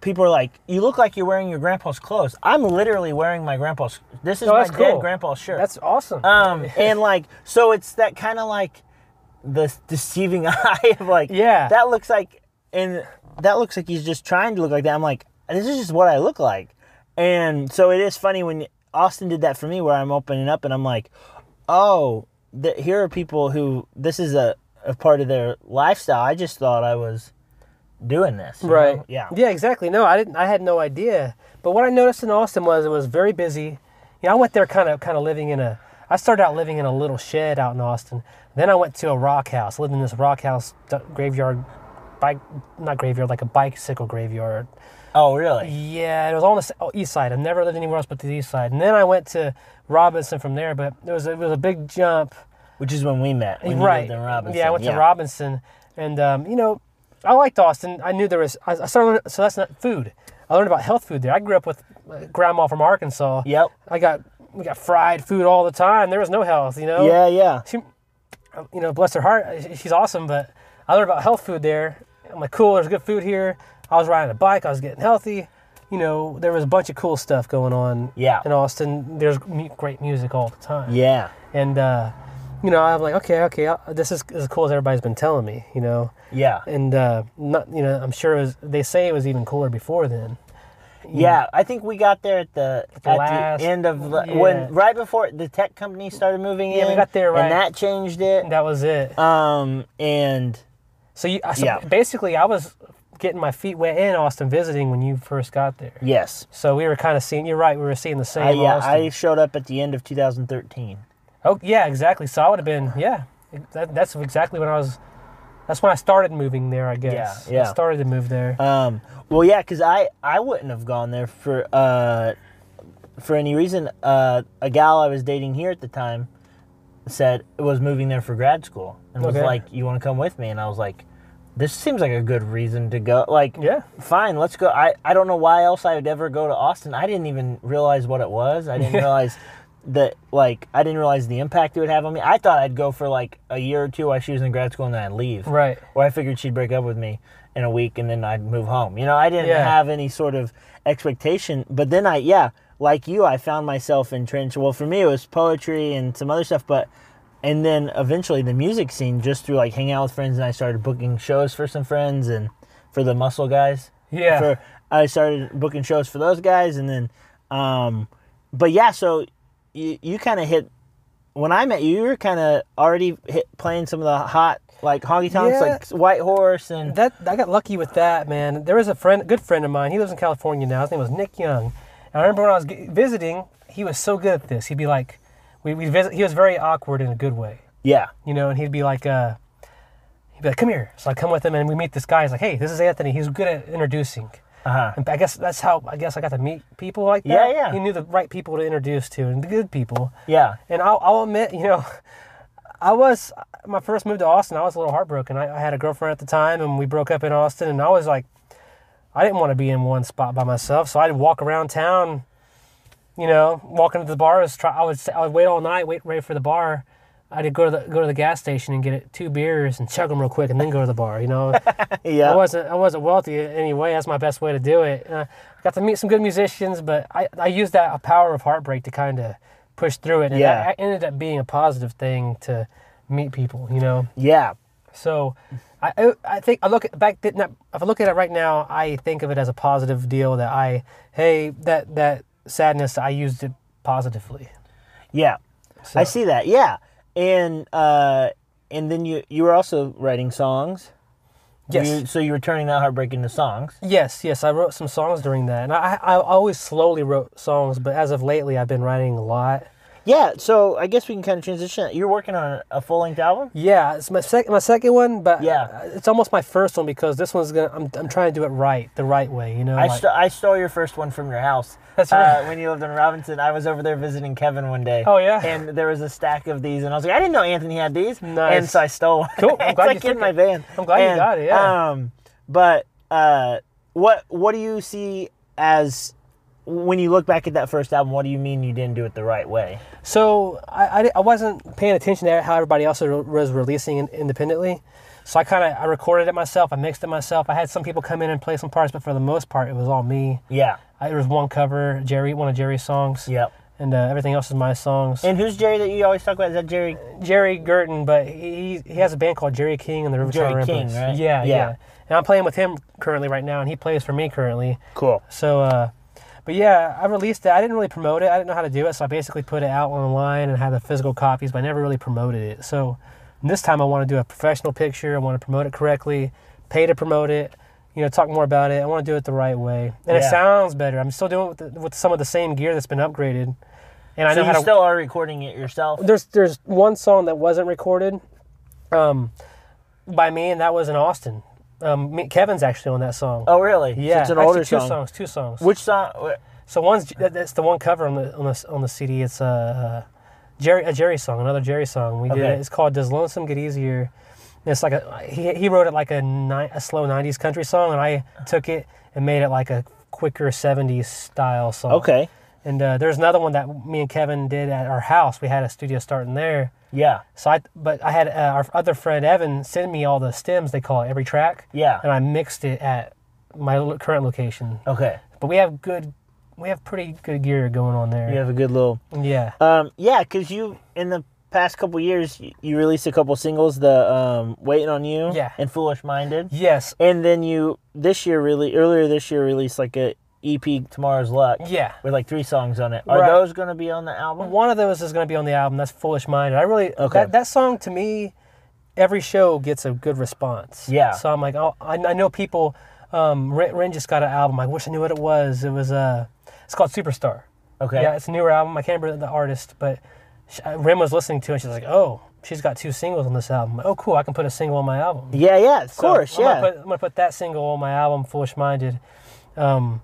Speaker 2: people are like, you look like you're wearing your grandpa's clothes. I'm literally wearing my grandpa's. This is
Speaker 3: Oh,
Speaker 2: my
Speaker 3: that's
Speaker 2: dead
Speaker 3: cool.
Speaker 2: grandpa's shirt.
Speaker 3: That's awesome.
Speaker 2: um, and like, so it's that kind of like, the deceiving eye of like,
Speaker 3: Yeah.
Speaker 2: that looks like, and that looks like he's just trying to look like that. I'm like, this is just what I look like, and so it is funny when Austin did that for me, where I'm opening up and I'm like, oh, th- here are people who this is a, a part of their lifestyle. I just thought I was doing this, you know?
Speaker 3: Right.
Speaker 2: Yeah.
Speaker 3: Yeah, exactly. No, I didn't I had no idea. But what I noticed in Austin was it was very busy. You know, I went there kind of kind of living in a I started out living in a little shed out in Austin. Then I went to a rock house, lived in this rock house d- graveyard bike not graveyard, like a bicycle graveyard.
Speaker 2: Oh, really?
Speaker 3: Yeah, it was on the s- oh, east side. I've never lived anywhere else but the east side. And then I went to Robinson from there, but it was it was a big jump.
Speaker 2: Which is when we met. When you
Speaker 3: right.
Speaker 2: lived in Robinson.
Speaker 3: Yeah, I went to Robinson, and um, you know, I liked Austin. I knew there was. I I started learning, so that's not food. I learned about health food there. I grew up with uh, grandma from Arkansas.
Speaker 2: Yep.
Speaker 3: I got we got fried food all the time. There was no health, you know.
Speaker 2: Yeah, yeah.
Speaker 3: She, you know, bless her heart, she- she's awesome. But I learned about health food there. I'm like, cool. There's good food here. I was riding a bike. I was getting healthy. You know, there was a bunch of cool stuff going on.
Speaker 2: Yeah.
Speaker 3: In Austin, there's mu- great music all the time
Speaker 2: Yeah.
Speaker 3: and uh, you know i'm like okay okay uh, this is as cool as everybody's been telling me you know
Speaker 2: Yeah.
Speaker 3: and uh, not you know i'm sure it was, they say it was even cooler before then
Speaker 2: Yeah, I think we got there at the at the,
Speaker 3: Mm. last-
Speaker 2: end of the-
Speaker 3: yeah.
Speaker 2: when right before the tech company started moving
Speaker 3: Yeah,
Speaker 2: in.
Speaker 3: we got there right-
Speaker 2: and that changed it.
Speaker 3: that was it
Speaker 2: Um, and
Speaker 3: so, you, so
Speaker 2: Yeah.
Speaker 3: basically i was getting my feet wet in Austin visiting when you first got there.
Speaker 2: Yes.
Speaker 3: So we were kind of seeing. You're right. We were seeing the same.
Speaker 2: I, yeah,
Speaker 3: Austin.
Speaker 2: I showed up at the end of 2013.
Speaker 3: Oh yeah, exactly. So I would have been yeah. That, that's exactly when I was. That's when I started moving there. I guess.
Speaker 2: Yeah, yeah.
Speaker 3: I started to move there.
Speaker 2: Um, well, yeah, because I, I wouldn't have gone there for uh, for any reason. Uh, a gal I was dating here at the time said was moving there for grad school and was
Speaker 3: Okay.
Speaker 2: like, "You want to come with me?" And I was like, "This seems like a good reason to go." Like,
Speaker 3: yeah.
Speaker 2: fine, let's go. I, I don't know why else I would ever go to Austin. I didn't even realize what it was. I didn't realize that like I didn't realize the impact it would have on me. I thought I'd go for like a year or two while she was in grad school and then I'd leave.
Speaker 3: Right.
Speaker 2: Or I figured she'd break up with me in a week and then I'd move home. You know, I didn't
Speaker 3: Yeah.
Speaker 2: have any sort of expectation. But then I yeah, like you, I found myself entrenched. Well, for me it was poetry and some other stuff, but and then eventually the music scene just through like hanging out with friends and I started booking shows for some friends and for the muscle guys
Speaker 3: Yeah.
Speaker 2: for I started booking shows for those guys, and then, um, but yeah, so you you kind of hit when I met you, you were kind of already hit playing some of the hot like honky tonks,
Speaker 3: Yeah.
Speaker 2: like White Horse, and
Speaker 3: that I got lucky with that man. There was a friend, good friend of mine. He lives in California now. His name was Nick Young. And I remember when I was g- visiting, he was so good at this. He'd be like, we we visit. He was very awkward in a good way,
Speaker 2: yeah,
Speaker 3: you know. And he'd be like, uh, he'd be like, come here. So I come with him, and we meet this guy. He's like, hey, this is Anthony. He's good at introducing.
Speaker 2: uh-huh.
Speaker 3: And I guess that's how I guess I got to meet people like
Speaker 2: Yeah,
Speaker 3: that.
Speaker 2: yeah.
Speaker 3: He knew the right people to introduce to and the good people.
Speaker 2: yeah,
Speaker 3: And I'll, I'll admit, you know, I was my first move to Austin. I was a little heartbroken. I, I had a girlfriend at the time, and we broke up in Austin. And I was like, I didn't want to be in one spot by myself, so I'd walk around town. You know, walking to the bars. Try, I would s- I would wait all night, wait wait for the bar. I'd go to the go to the gas station and get it, two beers and chug them real quick, and then go to the bar. You know, I
Speaker 2: yeah,
Speaker 3: wasn't I wasn't wealthy in any way. That's my best way to do it. And I got to meet some good musicians, but I, I used that power of heartbreak to kind of push through it. And
Speaker 2: Yeah.
Speaker 3: that ended up being a positive thing to meet people, you know.
Speaker 2: yeah,
Speaker 3: So I I- I think I look at back then. not- If I look at it right now, I think of it as a positive deal that I hey that that sadness I used it positively.
Speaker 2: yeah. I see that, yeah, and uh, and then you you were also writing songs.
Speaker 3: Yes.
Speaker 2: You, so you were turning that heartbreak into songs.
Speaker 3: Yes, yes, I wrote some songs during that, and I, I I always slowly wrote songs, but as of lately, I've been writing a lot.
Speaker 2: Yeah. So I guess we can kind of transition. You're working on a full length album.
Speaker 3: Yeah, it's my second my second one, but
Speaker 2: Yeah.
Speaker 3: uh, it's almost my first one because this one's gonna. I'm, I'm trying to do it right, the right way, you know.
Speaker 2: I,
Speaker 3: like-
Speaker 2: st- I stole your first one from your house.
Speaker 3: That's right.
Speaker 2: Uh, when you lived in Robinson, I was over there visiting Kevin one day.
Speaker 3: Oh, yeah?
Speaker 2: And there was a stack of these, and I was like, I didn't know Anthony had these.
Speaker 3: Nice.
Speaker 2: And so I stole one.
Speaker 3: Cool. I'm
Speaker 2: it's
Speaker 3: glad you
Speaker 2: like
Speaker 3: took
Speaker 2: in my
Speaker 3: it.
Speaker 2: van.
Speaker 3: I'm glad you
Speaker 2: And,
Speaker 3: got it, yeah.
Speaker 2: Um, but uh, what what do you see as when you look back at that first album? What do you mean you didn't do it the right way?
Speaker 3: so I, I di- I wasn't paying attention to how everybody else re- was releasing in, independently, so I kind of I recorded it myself, I mixed it myself. I had some people come in and play some parts, but for the most part, it was all me.
Speaker 2: Yeah.
Speaker 3: I, there was one cover, Jerry, one of Jerry's songs,
Speaker 2: Yep.
Speaker 3: and uh, everything else is my songs.
Speaker 2: And who's Jerry that you always talk about? Is that Jerry?
Speaker 3: Jerry Gurton, but he he has a band called Jerry King and the River
Speaker 2: Jerry
Speaker 3: Tower
Speaker 2: King,
Speaker 3: Ramblers.
Speaker 2: right?
Speaker 3: Yeah,
Speaker 2: Yeah.
Speaker 3: yeah, And I'm playing with him currently right now, and he plays for me currently.
Speaker 2: Cool.
Speaker 3: So, uh, but yeah, I released it. I didn't really promote it. I didn't know how to do it, so I basically put it out online and had the physical copies, but I never really promoted it. So this time I want to do a professional picture. I want to promote it correctly, pay to promote it. You know, talk more about it. I want to do it the right way, and
Speaker 2: Yeah.
Speaker 3: it sounds better. I'm still doing it with, the, with some of the same gear that's been upgraded, and I
Speaker 2: So
Speaker 3: know how
Speaker 2: you
Speaker 3: to
Speaker 2: still are recording it yourself?
Speaker 3: there's there's one song that wasn't recorded um by me and that was in austin um me, kevin's actually on that song
Speaker 2: Oh, really? So
Speaker 3: yeah
Speaker 2: it's an
Speaker 3: actually
Speaker 2: older
Speaker 3: two
Speaker 2: song.
Speaker 3: songs two songs
Speaker 2: Which song?
Speaker 3: so one's that- that's the one cover on the on the, on the cd it's uh, uh jerry a jerry song another jerry song we did
Speaker 2: Okay.
Speaker 3: it. it's called does lonesome get easier And it's like a he, he wrote it like a, ni- a slow 90s country song and i took it and made it like a quicker 70s style song
Speaker 2: Okay.
Speaker 3: and uh, there's another one that me and kevin did at our house we had a studio starting there
Speaker 2: Yeah.
Speaker 3: so I, but I had uh, our other friend Evan send me all the stems they call it every track.
Speaker 2: Yeah.
Speaker 3: And I mixed it at my lo- current location.
Speaker 2: Okay.
Speaker 3: But we have good, we have pretty good gear going on
Speaker 2: You
Speaker 3: there.
Speaker 2: have a good little.
Speaker 3: Yeah. Yeah.
Speaker 2: Um, yeah, because you in the past couple years y- you released a couple singles, the um, "Waiting on You"
Speaker 3: Yeah.
Speaker 2: and "Foolish Minded,"
Speaker 3: Yes.
Speaker 2: and then you this year really earlier this year released like a EP, "Tomorrow's Luck,"
Speaker 3: Yeah.
Speaker 2: with like three songs on it. Are
Speaker 3: Right.
Speaker 2: those going to be on the album?
Speaker 3: One of those is going to be on the album. That's Foolish Minded. I really
Speaker 2: Okay.
Speaker 3: that that song to me, every show gets a good response.
Speaker 2: Yeah.
Speaker 3: So I'm like, oh, I, I know people. um, Ren, Ren just got an album. I wish I knew what it was. It was uh, it's called Superstar.
Speaker 2: Okay.
Speaker 3: Yeah, it's a newer album. I can't remember the artist, but she, uh, Ren was listening to it. and She's like, "Oh, she's got two singles on this album. Oh, cool! I can put a single on my album."
Speaker 2: Yeah, yeah, of
Speaker 3: So
Speaker 2: course,
Speaker 3: I'm
Speaker 2: yeah.
Speaker 3: Gonna put, I'm gonna put that single on my album, Foolish Minded. Um,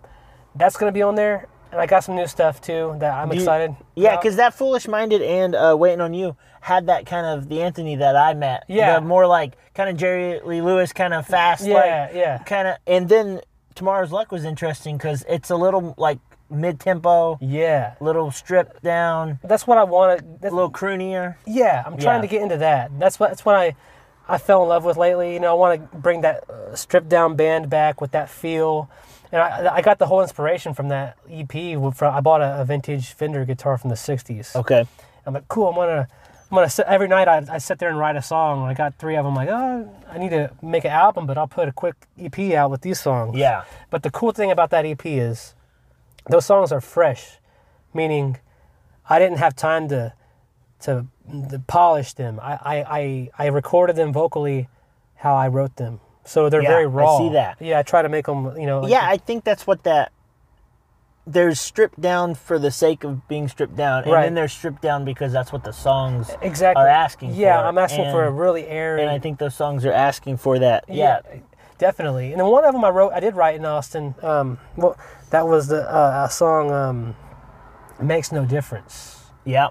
Speaker 3: that's gonna be on there, and I got some new stuff too that I'm
Speaker 2: You-
Speaker 3: excited.
Speaker 2: yeah,
Speaker 3: about.
Speaker 2: because that foolish minded and uh, waiting on you had that kind of the Anthony that I met.
Speaker 3: Yeah.
Speaker 2: the more like kind of Jerry Lee Lewis kind of fast.
Speaker 3: Yeah,
Speaker 2: like,
Speaker 3: yeah.
Speaker 2: Kind of, and then tomorrow's luck was interesting because it's a little like mid tempo,
Speaker 3: yeah,
Speaker 2: little stripped down,
Speaker 3: that's what I wanted.
Speaker 2: a
Speaker 3: That's,
Speaker 2: little croonier.
Speaker 3: yeah, I'm trying
Speaker 2: Yeah.
Speaker 3: to get into that. That's what that's what I I fell in love with lately. You know, I want to bring that uh, stripped down band back with that feel. And I, I got the whole inspiration from that EP. From I bought a, a vintage Fender guitar from the '60s.
Speaker 2: Okay.
Speaker 3: I'm like, cool. I'm gonna, I'm gonna sit, every night. I, I sit there and write a song. I got three of them. Like, oh, I need to make an album, but I'll put a quick EP out with these songs.
Speaker 2: Yeah.
Speaker 3: But the cool thing about that EP is, those songs are fresh, meaning, I didn't have time to, to, to polish them. I, I, I, I recorded them vocally, how I wrote them. So they're
Speaker 2: Yeah,
Speaker 3: very
Speaker 2: I
Speaker 3: raw.
Speaker 2: see that.
Speaker 3: Yeah, I try to make them. You know. like-
Speaker 2: Yeah, I think that's what that. There's stripped down for the sake of being stripped down, and
Speaker 3: Right.
Speaker 2: then there's stripped down because that's what the songs
Speaker 3: Exactly.
Speaker 2: are asking
Speaker 3: Yeah,
Speaker 2: for.
Speaker 3: I'm asking for a
Speaker 2: and-
Speaker 3: really airy.
Speaker 2: and I think those songs are asking for that. Yeah.
Speaker 3: definitely. And then one of them I wrote, I did write in Austin. Um, well, that was the uh, a song um, "Makes No Difference."
Speaker 2: Yeah.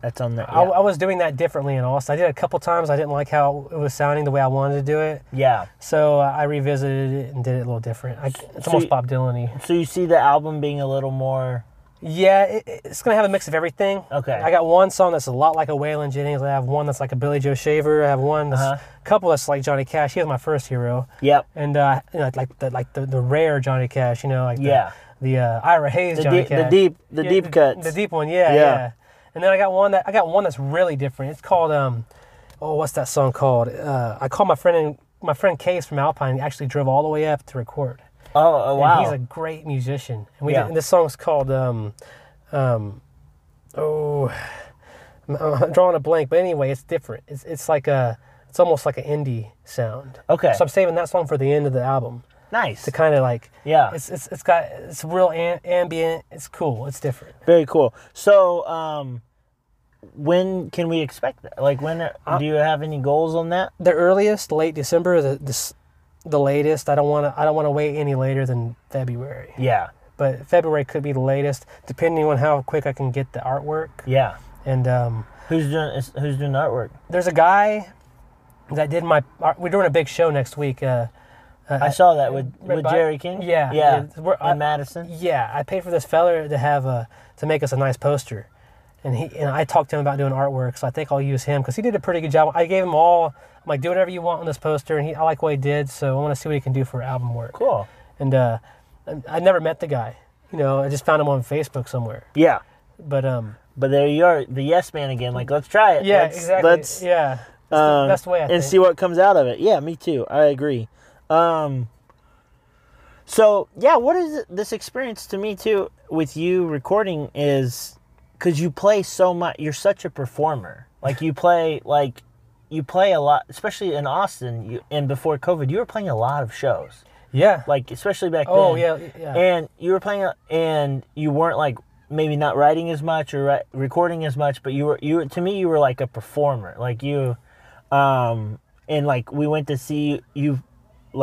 Speaker 2: That's on there.
Speaker 3: I,
Speaker 2: Yeah.
Speaker 3: I was doing that differently in Austin. I did it a couple times. I didn't like how it was sounding the way I wanted to do it,
Speaker 2: yeah.
Speaker 3: so uh, I revisited it and did it a little different. I, it's
Speaker 2: So
Speaker 3: almost
Speaker 2: you-
Speaker 3: Bob Dylan-y.
Speaker 2: So you see the album being a little more.
Speaker 3: Yeah, it, it's gonna have a mix of everything.
Speaker 2: Okay.
Speaker 3: I got one song that's a lot like a Waylon Jennings. I have one that's like a Billy Joe Shaver. I have one, that's,
Speaker 2: Uh-huh.
Speaker 3: a couple that's like Johnny Cash. He was my first hero.
Speaker 2: Yep.
Speaker 3: and uh, you know, like the like the, the rare Johnny Cash, you know, like the,
Speaker 2: Yeah.
Speaker 3: the uh, Ira Hayes
Speaker 2: The,
Speaker 3: Johnny
Speaker 2: deep, the
Speaker 3: Cash,
Speaker 2: deep, the
Speaker 3: Yeah,
Speaker 2: deep cuts.
Speaker 3: the deep one, yeah,
Speaker 2: Yeah.
Speaker 3: yeah, And then I got one that I got one that's really different. It's called um, oh, what's that song called? Uh, I called my friend and my friend Case from Alpine. He actually drove all the way up to record.
Speaker 2: Oh, oh,
Speaker 3: And
Speaker 2: wow.
Speaker 3: he's a great musician. And we
Speaker 2: Yeah.
Speaker 3: did, and this song's called um, um, oh, I'm, I'm drawing a blank. But anyway, it's different. It's it's like a it's almost like an indie sound.
Speaker 2: Okay.
Speaker 3: So I'm saving that song for the end of the album
Speaker 2: nice.
Speaker 3: to kind of like
Speaker 2: Yeah.
Speaker 3: it's it's it's got it's real am- ambient it's cool it's different
Speaker 2: Very cool. So, um, when can we expect that? Like, when are, do you have any goals on that?
Speaker 3: the earliest late december the this, the latest i don't want to i don't want to wait any later than february
Speaker 2: Yeah.
Speaker 3: but february could be the latest depending on how quick i can get the artwork
Speaker 2: Yeah.
Speaker 3: and um
Speaker 2: Who's doing? is- Who's doing the artwork?
Speaker 3: there's a guy that did my art- we're doing a big show next week uh
Speaker 2: I saw that with
Speaker 3: Red
Speaker 2: with
Speaker 3: Bike?
Speaker 2: Jerry King. Yeah.
Speaker 3: Yeah, yeah. We're- I-
Speaker 2: and Madison.
Speaker 3: yeah i paid for this fella to have a to make us a nice poster and he and i talked to him about doing artwork so i think i'll use him because he did a pretty good job i gave him all i'm like do whatever you want on this poster and he i like what he did so i want to see what he can do for album work
Speaker 2: Cool.
Speaker 3: and uh I, I never met the guy you know i just found him on facebook somewhere
Speaker 2: Yeah.
Speaker 3: but um
Speaker 2: But there you are, the yes man again. Like, let's try it.
Speaker 3: yeah
Speaker 2: Let's-
Speaker 3: exactly
Speaker 2: Let's
Speaker 3: yeah It's the
Speaker 2: um,
Speaker 3: best way I
Speaker 2: and
Speaker 3: think.
Speaker 2: see what comes out of it. Yeah, me too. I agree. Um, so yeah, what is it- this experience to me too with you recording is because you play so much. You're such a performer. Like you play like you play a lot, especially in Austin. You and before COVID, you were playing a lot of shows.
Speaker 3: yeah
Speaker 2: Like especially back
Speaker 3: oh
Speaker 2: then.
Speaker 3: yeah yeah
Speaker 2: And you were playing, a- and you weren't like maybe not writing as much or ri- recording as much, but you were you were- to me you were like a performer, like you, um, and like we went to see you,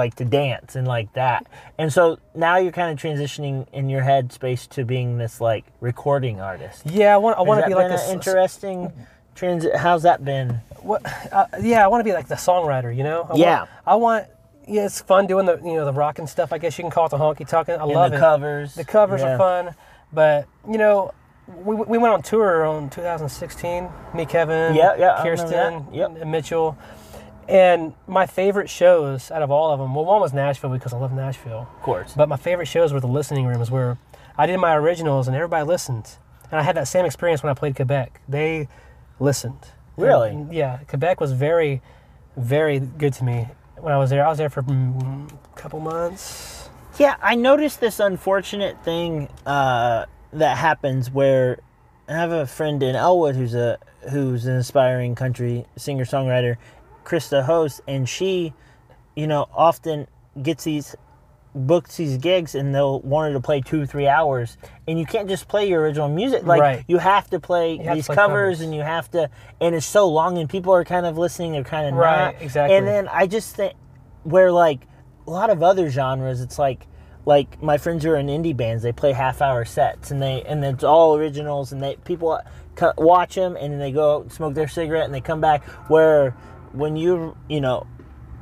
Speaker 2: like to dance and like that, and so now you're kind of transitioning in your head space to being this like recording artist.
Speaker 3: yeah i want i want to be like
Speaker 2: been
Speaker 3: this
Speaker 2: an interesting. Trans- how's that been?
Speaker 3: what uh, yeah i want to be like the songwriter you know I
Speaker 2: Yeah.
Speaker 3: want, i want yeah it's fun doing the you know the rock and stuff i guess you can call it the honky tonk i
Speaker 2: And
Speaker 3: love
Speaker 2: the
Speaker 3: it
Speaker 2: covers.
Speaker 3: the covers
Speaker 2: Yeah.
Speaker 3: are fun but you know we, we went on tour on 2016 me kevin
Speaker 2: Yeah, yeah, I remember
Speaker 3: kirsten
Speaker 2: that. Yep.
Speaker 3: and mitchell and my favorite shows out of all of them well one was nashville because i love nashville
Speaker 2: Of course.
Speaker 3: but my favorite shows were the listening rooms where I did my originals and everybody listened. And I had that same experience when I played Quebec. They listened.
Speaker 2: Really?
Speaker 3: And- yeah. Quebec was very, very good to me when I was there. I was there for mm, a couple months.
Speaker 2: Yeah, I noticed this unfortunate thing uh, that happens where I have a friend in Elwood who's a who's an aspiring country singer songwriter, Krista Host, and she, you know, often gets these books these gigs and they'll want her to play two, three hours, and you can't just play your original music. Like
Speaker 3: Right.
Speaker 2: you have to play
Speaker 3: have to
Speaker 2: these
Speaker 3: play
Speaker 2: covers,
Speaker 3: covers.
Speaker 2: and you have to, and it's so long, and people are kind of listening, they're kind of
Speaker 3: Right,
Speaker 2: not.
Speaker 3: exactly.
Speaker 2: And then I just think where like a lot of other genres, it's like like my friends who are in indie bands, they play half hour sets, and they and it's all originals, and they people co- watch them, and then they go out and smoke their cigarette, and they come back. Where when you you know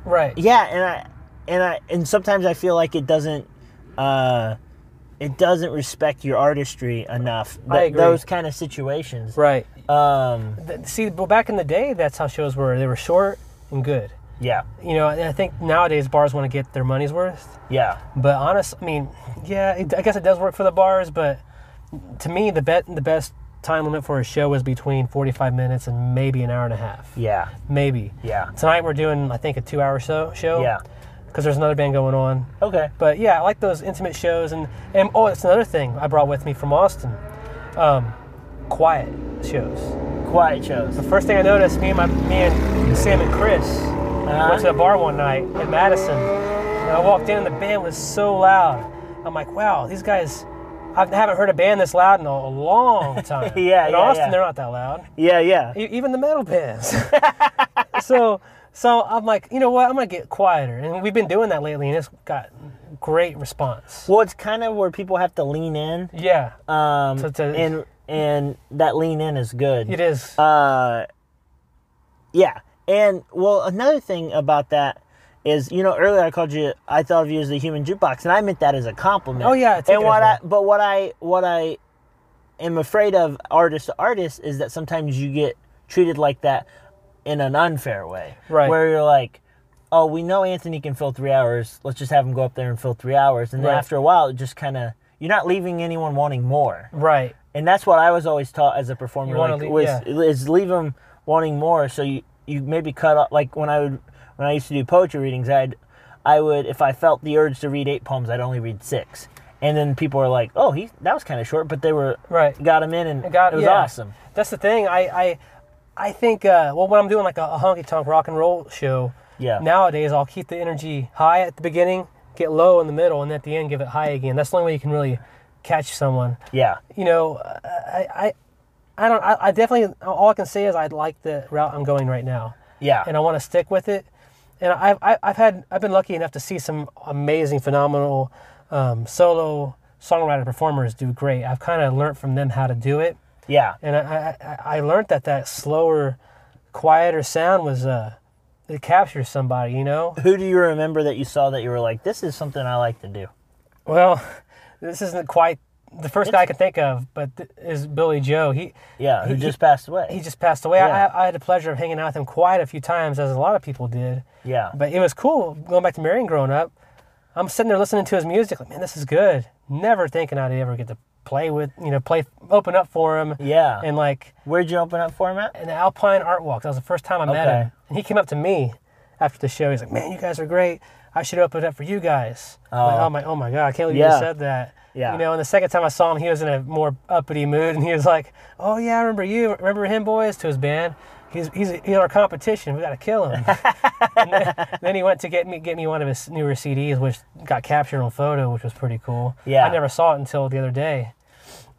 Speaker 3: Right.
Speaker 2: yeah and i and i and sometimes i feel like it doesn't uh it doesn't respect your artistry enough
Speaker 3: I
Speaker 2: th-
Speaker 3: agree.
Speaker 2: those kind of situations
Speaker 3: Right.
Speaker 2: um
Speaker 3: Th- See, well, back in the day, that's how shows were. They were short and good.
Speaker 2: yeah
Speaker 3: You know, and I think nowadays bars want to get their money's worth.
Speaker 2: yeah
Speaker 3: But honest, I mean, yeah, it, I guess it does work for the bars. But to me, the bet the best time limit for a show is between forty five minutes and maybe an hour and a half.
Speaker 2: yeah
Speaker 3: Maybe.
Speaker 2: yeah
Speaker 3: Tonight we're doing, I think, a two hour show. Show.
Speaker 2: yeah
Speaker 3: Because there's another band going on.
Speaker 2: okay
Speaker 3: But yeah, I like those intimate shows. And, and oh, it's another thing I brought with me from Austin um, quiet shows.
Speaker 2: quiet shows
Speaker 3: The first thing I noticed, me and, my, me and Sam and Chris
Speaker 2: Uh-huh.
Speaker 3: went to a bar one night in Madison. And I walked in, and the band was so loud. I'm like, wow, these guys, I haven't heard a band this loud in a, a long time.
Speaker 2: Yeah,
Speaker 3: In
Speaker 2: yeah,
Speaker 3: Austin,
Speaker 2: yeah.
Speaker 3: they're not that loud.
Speaker 2: yeah yeah
Speaker 3: E- even the metal bands. so, so I'm like, you know what? I'm gonna get quieter, and we've been doing that lately, and it's got great response.
Speaker 2: well it's kind of where people have to lean in
Speaker 3: Yeah,
Speaker 2: um
Speaker 3: So to-
Speaker 2: and and that lean in is good
Speaker 3: it is.
Speaker 2: Uh, yeah. And well, another thing about that is, you know, earlier I called you, I thought of you as the human jukebox, and I meant that as a compliment.
Speaker 3: Oh, yeah, I take
Speaker 2: And
Speaker 3: it
Speaker 2: what I,
Speaker 3: as
Speaker 2: but what I, what I am afraid of, artist to artist, is that sometimes you get treated like that in an unfair way,
Speaker 3: Right.
Speaker 2: Where you're like. Oh, we know Anthony can fill three hours. Let's just have him go up there and fill three hours. And then
Speaker 3: Right.
Speaker 2: after a while, it just kind of, you're not leaving anyone wanting more
Speaker 3: right.
Speaker 2: and that's what I was always taught as a performer.
Speaker 3: You wanna
Speaker 2: Like,
Speaker 3: lea-
Speaker 2: was
Speaker 3: yeah.
Speaker 2: is leave them wanting more. So you you maybe cut off like when I would when I used to do poetry readings, I'd I would if I felt the urge to read eight poems, I'd only read six. And then people are like, "Oh, he that was kind of short," but they were
Speaker 3: Right.
Speaker 2: Got him in, and
Speaker 3: Got-
Speaker 2: it was
Speaker 3: yeah.
Speaker 2: awesome.
Speaker 3: That's the thing. I, I, I think. Uh, well, when I'm doing like a, a honky tonk rock and roll show,
Speaker 2: Yeah.
Speaker 3: Nowadays, I'll keep the energy high at the beginning, get low in the middle, and at the end, give it high again. That's the only way you can really catch someone.
Speaker 2: Yeah,
Speaker 3: you know, uh, I, I, I don't. I, I definitely. All I can say is I like the route I'm going right now,
Speaker 2: yeah,
Speaker 3: and I want to stick with it. And I've, I- I've had, I've been lucky enough to see some amazing, phenomenal um, solo songwriter performers do great. I've kind of learned from them how to do it,
Speaker 2: yeah,
Speaker 3: and I, I, I- I learned that that slower, quieter sound was, uh, it captures somebody, you know.
Speaker 2: Who do you remember that you saw that you were like, "This is something I like to do"?
Speaker 3: Well, this isn't quite the first guy I can think of, but th- is Billy Joe. He
Speaker 2: Yeah, who
Speaker 3: He-
Speaker 2: just passed away?
Speaker 3: he just passed away.
Speaker 2: Yeah.
Speaker 3: I, I had the pleasure of hanging out with him quite a few times, as a lot of people did.
Speaker 2: yeah,
Speaker 3: But it was cool going back to Marion growing up. I'm sitting there listening to his music, like, man, this is good. Never thinking I'd ever get to play with, you know, play, open up for him.
Speaker 2: yeah.
Speaker 3: And like
Speaker 2: Where'd you open up for him at?
Speaker 3: an Alpine Art Walk, that was the first time I met
Speaker 2: Okay.
Speaker 3: him. And he came up to me after the show. He's like, man, you guys are great. I should open up for you guys. I'm like,
Speaker 2: Oh.
Speaker 3: oh my, oh my God, I can't believe you
Speaker 2: Yeah.
Speaker 3: just said that.
Speaker 2: Yeah.
Speaker 3: You know, and the second time I saw him, he was in a more uppity mood, and he was like, "Oh yeah, I remember you. Remember him, boys?" To his band. He's he's, he's our competition. We gotta kill him. and then, then he went to get me get me one of his newer CDs, which got captured on photo, which was pretty cool.
Speaker 2: Yeah.
Speaker 3: I never saw it until the other day.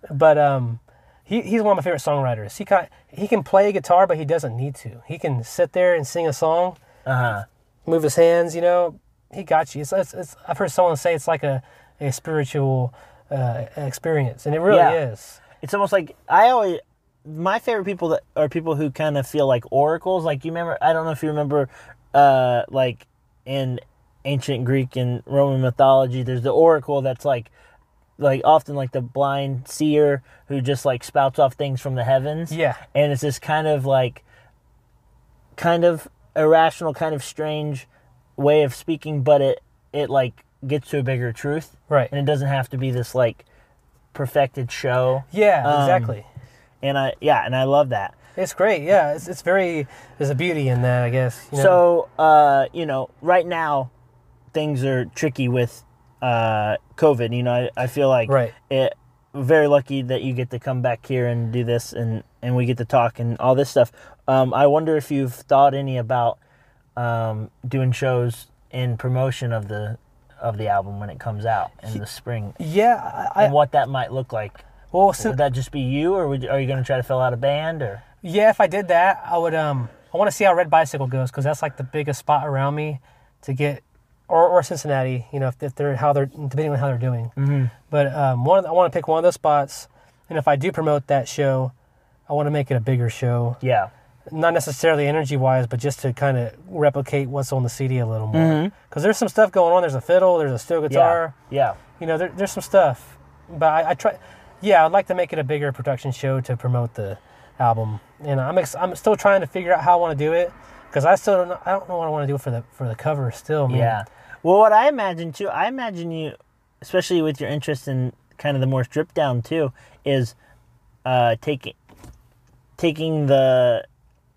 Speaker 3: But um, he, he's one of my favorite songwriters. He can he can play guitar, but he doesn't need to. He can sit there and sing a song,
Speaker 2: Uh
Speaker 3: Uh-huh.
Speaker 2: huh.
Speaker 3: move his hands. You know, he got you. It's, it's, it's, I've heard someone say it's like a a spiritual uh, experience, and it really
Speaker 2: Yeah.
Speaker 3: is.
Speaker 2: it's almost like I always my favorite people that are people who kind of feel like oracles. Like you remember, I don't know if you remember, uh, like in ancient Greek and Roman mythology, there's the oracle that's like, like often like the blind seer who just like spouts off things from the heavens.
Speaker 3: Yeah.
Speaker 2: and it's this kind of like, kind of irrational, kind of strange way of speaking, but it it like gets to a bigger truth,
Speaker 3: Right.
Speaker 2: And it doesn't have to be this like perfected show
Speaker 3: Yeah,
Speaker 2: Um,
Speaker 3: exactly.
Speaker 2: and I yeah, and I love that.
Speaker 3: It's great. Yeah, it's, it's very there's a beauty in that, I guess. you know?
Speaker 2: So uh, you know, right now things are tricky with uh, COVID. You know, I, I feel like
Speaker 3: Right.
Speaker 2: it very lucky that you get to come back here and do this and and we get to talk and all this stuff. Um, I wonder if you've thought any about um, doing shows in promotion of the of the album when it comes out in the spring
Speaker 3: Yeah, I,
Speaker 2: and
Speaker 3: I
Speaker 2: what that might look like.
Speaker 3: well, since,
Speaker 2: Would that just be you, or would, are you going to try to fill out a band? Or
Speaker 3: yeah, if I did that, I would um, I want to see how Red Bicycle goes because that's like the biggest spot around me to get, or, or Cincinnati, you know, if, if they're how they're depending on how they're doing. Mm-hmm. But um, one, of the- I want to pick one of those spots, and if I do promote that show, I want to make it a bigger show,
Speaker 2: yeah,
Speaker 3: not necessarily energy wise, but just to kind of replicate what's on the CD a little more. Because there's some stuff going on. There's a fiddle. There's a steel
Speaker 2: Mm-hmm. yeah,
Speaker 3: guitar.
Speaker 2: yeah.
Speaker 3: you know, there, there's some stuff. But I, I try, yeah, I'd like to make it a bigger production show to promote the album. And I'm ex- I'm still trying to figure out how I want to do it because I still don't know, I don't know what I want to do for the for the cover still. Man.
Speaker 2: Yeah. Well, what I imagine too, I imagine you, especially with your interest in kind of the more stripped down too, is uh, taking taking the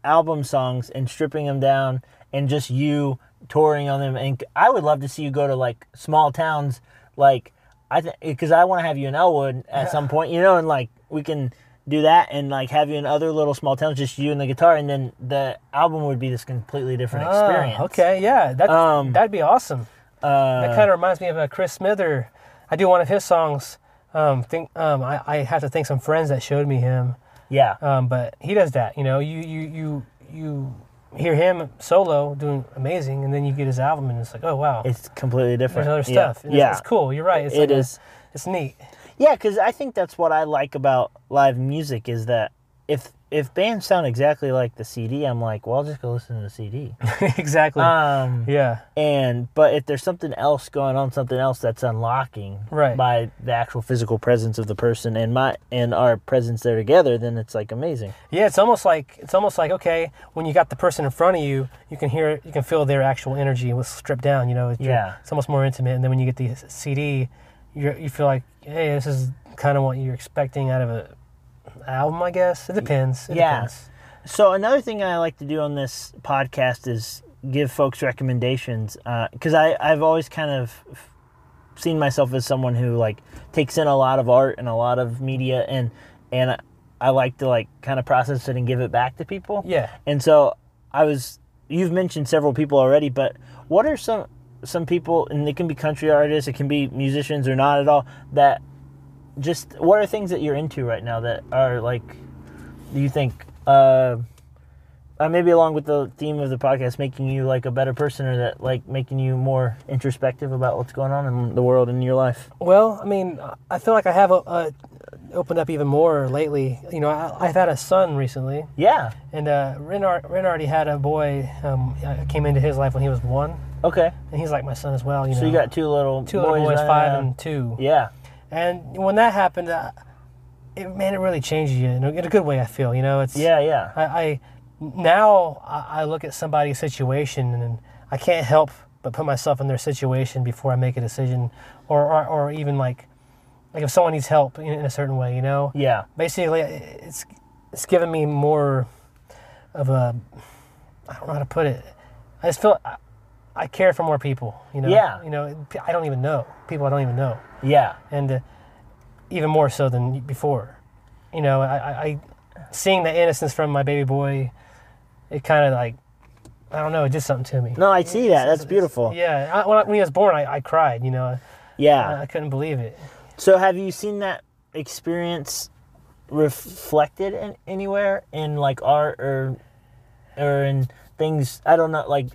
Speaker 2: album songs and stripping them down, and just you touring on them. And I would love to see you go to like small towns, like I think because I want to have you in Elwood at some point, you know, and like we can do that and like have you in other little small towns, just you and the guitar, and then the album would be this completely different
Speaker 3: Ah,
Speaker 2: experience.
Speaker 3: okay, yeah, that
Speaker 2: Um,
Speaker 3: that'd be awesome.
Speaker 2: Uh,
Speaker 3: That kind of reminds me of a Chris Smither. I do one of his songs. Um, think um, I, I have to thank some friends that showed me him.
Speaker 2: yeah.
Speaker 3: Um, but he does that, you know. You you you you hear him solo doing amazing, and then you get his album, and it's like, oh wow,
Speaker 2: It's completely different.
Speaker 3: there's other
Speaker 2: Yeah.
Speaker 3: stuff. It's,
Speaker 2: Yeah,
Speaker 3: it's cool. You're right. It's
Speaker 2: It
Speaker 3: like a-
Speaker 2: is.
Speaker 3: it's neat.
Speaker 2: Yeah, because I think that's what I like about live music is that if if bands sound exactly like the CD, I'm like, well, I'll just go listen to the CD.
Speaker 3: exactly.
Speaker 2: um,
Speaker 3: yeah.
Speaker 2: and but if there's something else going on, something else that's unlocking
Speaker 3: Right.
Speaker 2: by the actual physical presence of the person and my and our presence there together, then it's like amazing.
Speaker 3: Yeah. It's almost like it's almost like okay, when you got the person in front of you, you can hear, you can feel their actual energy was stripped down. You know. It's,
Speaker 2: Yeah.
Speaker 3: It's almost more intimate, and then when you get the CD, you you feel like, hey, this is kind of what you're expecting out of a album. I guess it depends. It
Speaker 2: Yeah.
Speaker 3: Depends.
Speaker 2: So another thing I like to do on this podcast is give folks recommendations because I I've always kind of seen myself as someone who like takes in a lot of art and a lot of media and and I, I like to like kind of process it and give it back to people.
Speaker 3: Yeah.
Speaker 2: And so I was you've mentioned several people already, but what are some some people and it can be country artists, it can be musicians or not at all that just what are things that you're into right now that are like do you think uh, uh maybe along with the theme of the podcast making you like a better person or that like making you more introspective about what's going on in the world and in your life
Speaker 3: Well, I mean, I feel like I have uh, opened up even more lately. You know, I, I've had a son recently,
Speaker 2: yeah
Speaker 3: and uh, Ren, ar- Ren already had a boy. Um, I came into his life when he was one,
Speaker 2: okay
Speaker 3: and he's like my son as well. You
Speaker 2: so
Speaker 3: know,
Speaker 2: you got two little
Speaker 3: two little boys,
Speaker 2: right
Speaker 3: five
Speaker 2: now.
Speaker 3: and two.
Speaker 2: yeah
Speaker 3: And when that happened, uh, it, man, it really changed you in a, in a good way. I feel, you know, it's
Speaker 2: yeah yeah
Speaker 3: I, I now I I look at somebody's situation and I can't help but put myself in their situation before I make a decision, or or, or even like like if someone needs help in, in a certain way, you know.
Speaker 2: yeah
Speaker 3: Basically, it's it's given me more of a I don't know how to put it. I just feel I, I care for more people, you know.
Speaker 2: Yeah.
Speaker 3: You know, I don't even know people I don't even know
Speaker 2: yeah
Speaker 3: and uh, even more so than before. You know, I, I, I seeing the innocence from my baby boy, it kind of like, I don't know, it did something to me.
Speaker 2: no i see that that's beautiful
Speaker 3: Yeah, I, when, I, when he was born, I, I cried. You know,
Speaker 2: yeah
Speaker 3: I, I couldn't believe it.
Speaker 2: So have you seen that experience reflected in anywhere in like art or or in things I don't know like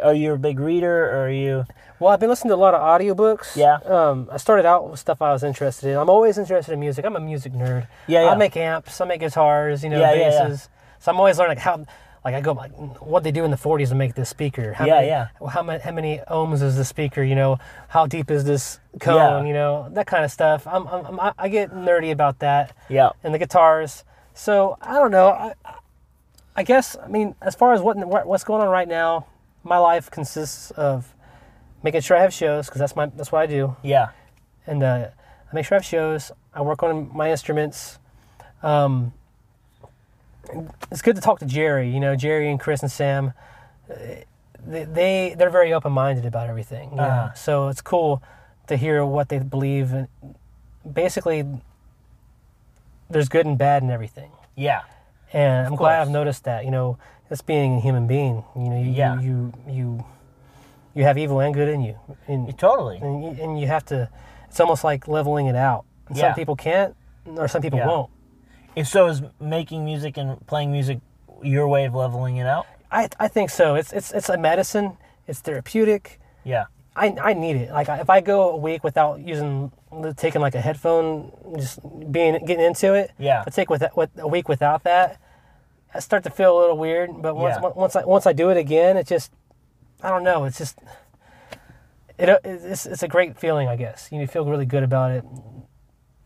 Speaker 2: are you a big reader or are you
Speaker 3: Well, I've been listening to a lot of audiobooks.
Speaker 2: Yeah.
Speaker 3: Um, I started out with stuff I was interested in. I'm always interested in music. I'm a music nerd.
Speaker 2: Yeah, yeah.
Speaker 3: I make amps. I make guitars. You know,
Speaker 2: Yeah, yeah, yeah.
Speaker 3: basses. So I'm always learning like, how, like I go like, what they do in the 40s to make this speaker. How
Speaker 2: Yeah,
Speaker 3: many,
Speaker 2: yeah.
Speaker 3: How many, how many ohms is the speaker? You know, how deep is this cone?
Speaker 2: Yeah.
Speaker 3: You know, that kind of stuff. I'm, I'm, I'm, I- I get nerdy about that
Speaker 2: yeah
Speaker 3: and the guitars. So I don't know. I, I guess I mean, as far as what what- what's going on right now, my life consists of making sure I have shows because that's my that's what I do,
Speaker 2: yeah
Speaker 3: and uh, I make sure I have shows. I work on my instruments. Um, it's good to talk to Jerry. You know, Jerry and Chris and Sam. uh, They, they they're very open minded about everything. Yeah.
Speaker 2: Uh-huh.
Speaker 3: So it's cool to hear what they believe. And basically, there's good and bad in everything
Speaker 2: yeah
Speaker 3: and I'm glad
Speaker 2: course.
Speaker 3: I've noticed that. You know, just being a human being, you know, you
Speaker 2: Yeah.
Speaker 3: you, you you you have evil and good in you, and
Speaker 2: Totally.
Speaker 3: and you, and you have to. It's almost like leveling it out. And
Speaker 2: Yeah.
Speaker 3: Some people can't, or some people
Speaker 2: Yeah.
Speaker 3: won't.
Speaker 2: If so, is making music and playing music your way of leveling it out?
Speaker 3: I I think so. It's it's it's a medicine. It's therapeutic.
Speaker 2: Yeah.
Speaker 3: I, I need it. Like if I go a week without using taking like a headphone, just being getting into it.
Speaker 2: Yeah.
Speaker 3: If I take with that with a week without that, I start to feel a little weird. But once
Speaker 2: Yeah.
Speaker 3: once I once I do it again, it just I don't know. It's just it it's it's a great feeling. I guess you feel really good about it,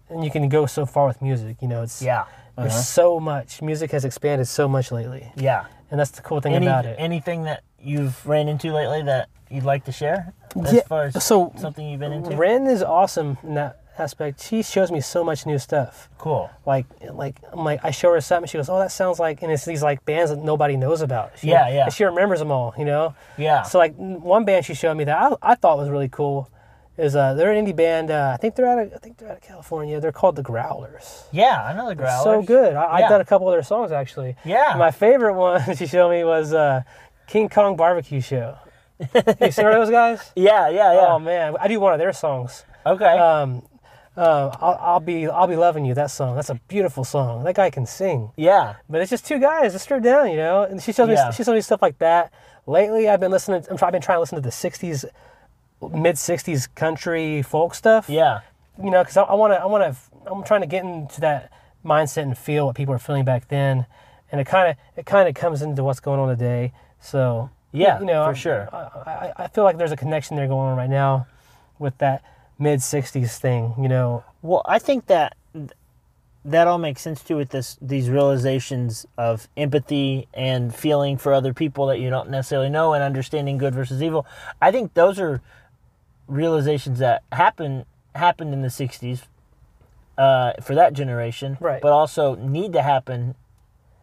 Speaker 3: and you can go so far with music. You know, it's
Speaker 2: Yeah. Uh-huh.
Speaker 3: There's so much music has expanded so much lately,
Speaker 2: Yeah.
Speaker 3: and that's the cool thing
Speaker 2: Any,
Speaker 3: about it.
Speaker 2: Anything that you've ran into lately that you'd like to share? As
Speaker 3: Yeah,
Speaker 2: far as
Speaker 3: so
Speaker 2: something you've been into?
Speaker 3: Ren is awesome in that aspect. She shows me so much new stuff.
Speaker 2: cool.
Speaker 3: Like, like I'm like I show her something. She goes, "Oh, that sounds like," and it's these like bands that nobody knows about. She,
Speaker 2: Yeah, yeah.
Speaker 3: and she remembers them all, you know.
Speaker 2: Yeah.
Speaker 3: So like n- one band she showed me that I, I thought was really cool is uh they're an indie band. Uh, I think they're out of I think they're out of California. They're called the Growlers.
Speaker 2: yeah, another growler.
Speaker 3: So good. I,
Speaker 2: Yeah.
Speaker 3: I done a couple of their songs actually.
Speaker 2: Yeah.
Speaker 3: My favorite one she showed me was uh, King Kong Barbecue Show. you seen those guys?
Speaker 2: Yeah, yeah, yeah.
Speaker 3: Oh man, I do one of their songs.
Speaker 2: okay.
Speaker 3: Um, uh, I'll, I'll be I'll be loving you. That song. That's a beautiful song. That guy can sing.
Speaker 2: yeah.
Speaker 3: But it's just two guys just stripped down, you know. And she shows
Speaker 2: Yeah.
Speaker 3: me she shows me stuff like that. Lately, I've been listening. I'm try- I've been trying to listen to the '60s, mid '60s country folk stuff.
Speaker 2: Yeah.
Speaker 3: You know, because I want to I want to I'm trying to get into that mindset and feel what people are feeling back then, and it kind of it kind of comes into what's going on today. So
Speaker 2: Yeah,
Speaker 3: you know,
Speaker 2: for
Speaker 3: I'm-
Speaker 2: sure.
Speaker 3: I, I I feel like there's a connection there going on right now with that mid 60s thing, you know.
Speaker 2: Well, I think that that all makes sense too with this these realizations of empathy and feeling for other people that you don't necessarily know and understanding good versus evil. I think those are realizations that happen happened in the 60s uh, for that generation,
Speaker 3: Right.
Speaker 2: but also need to happen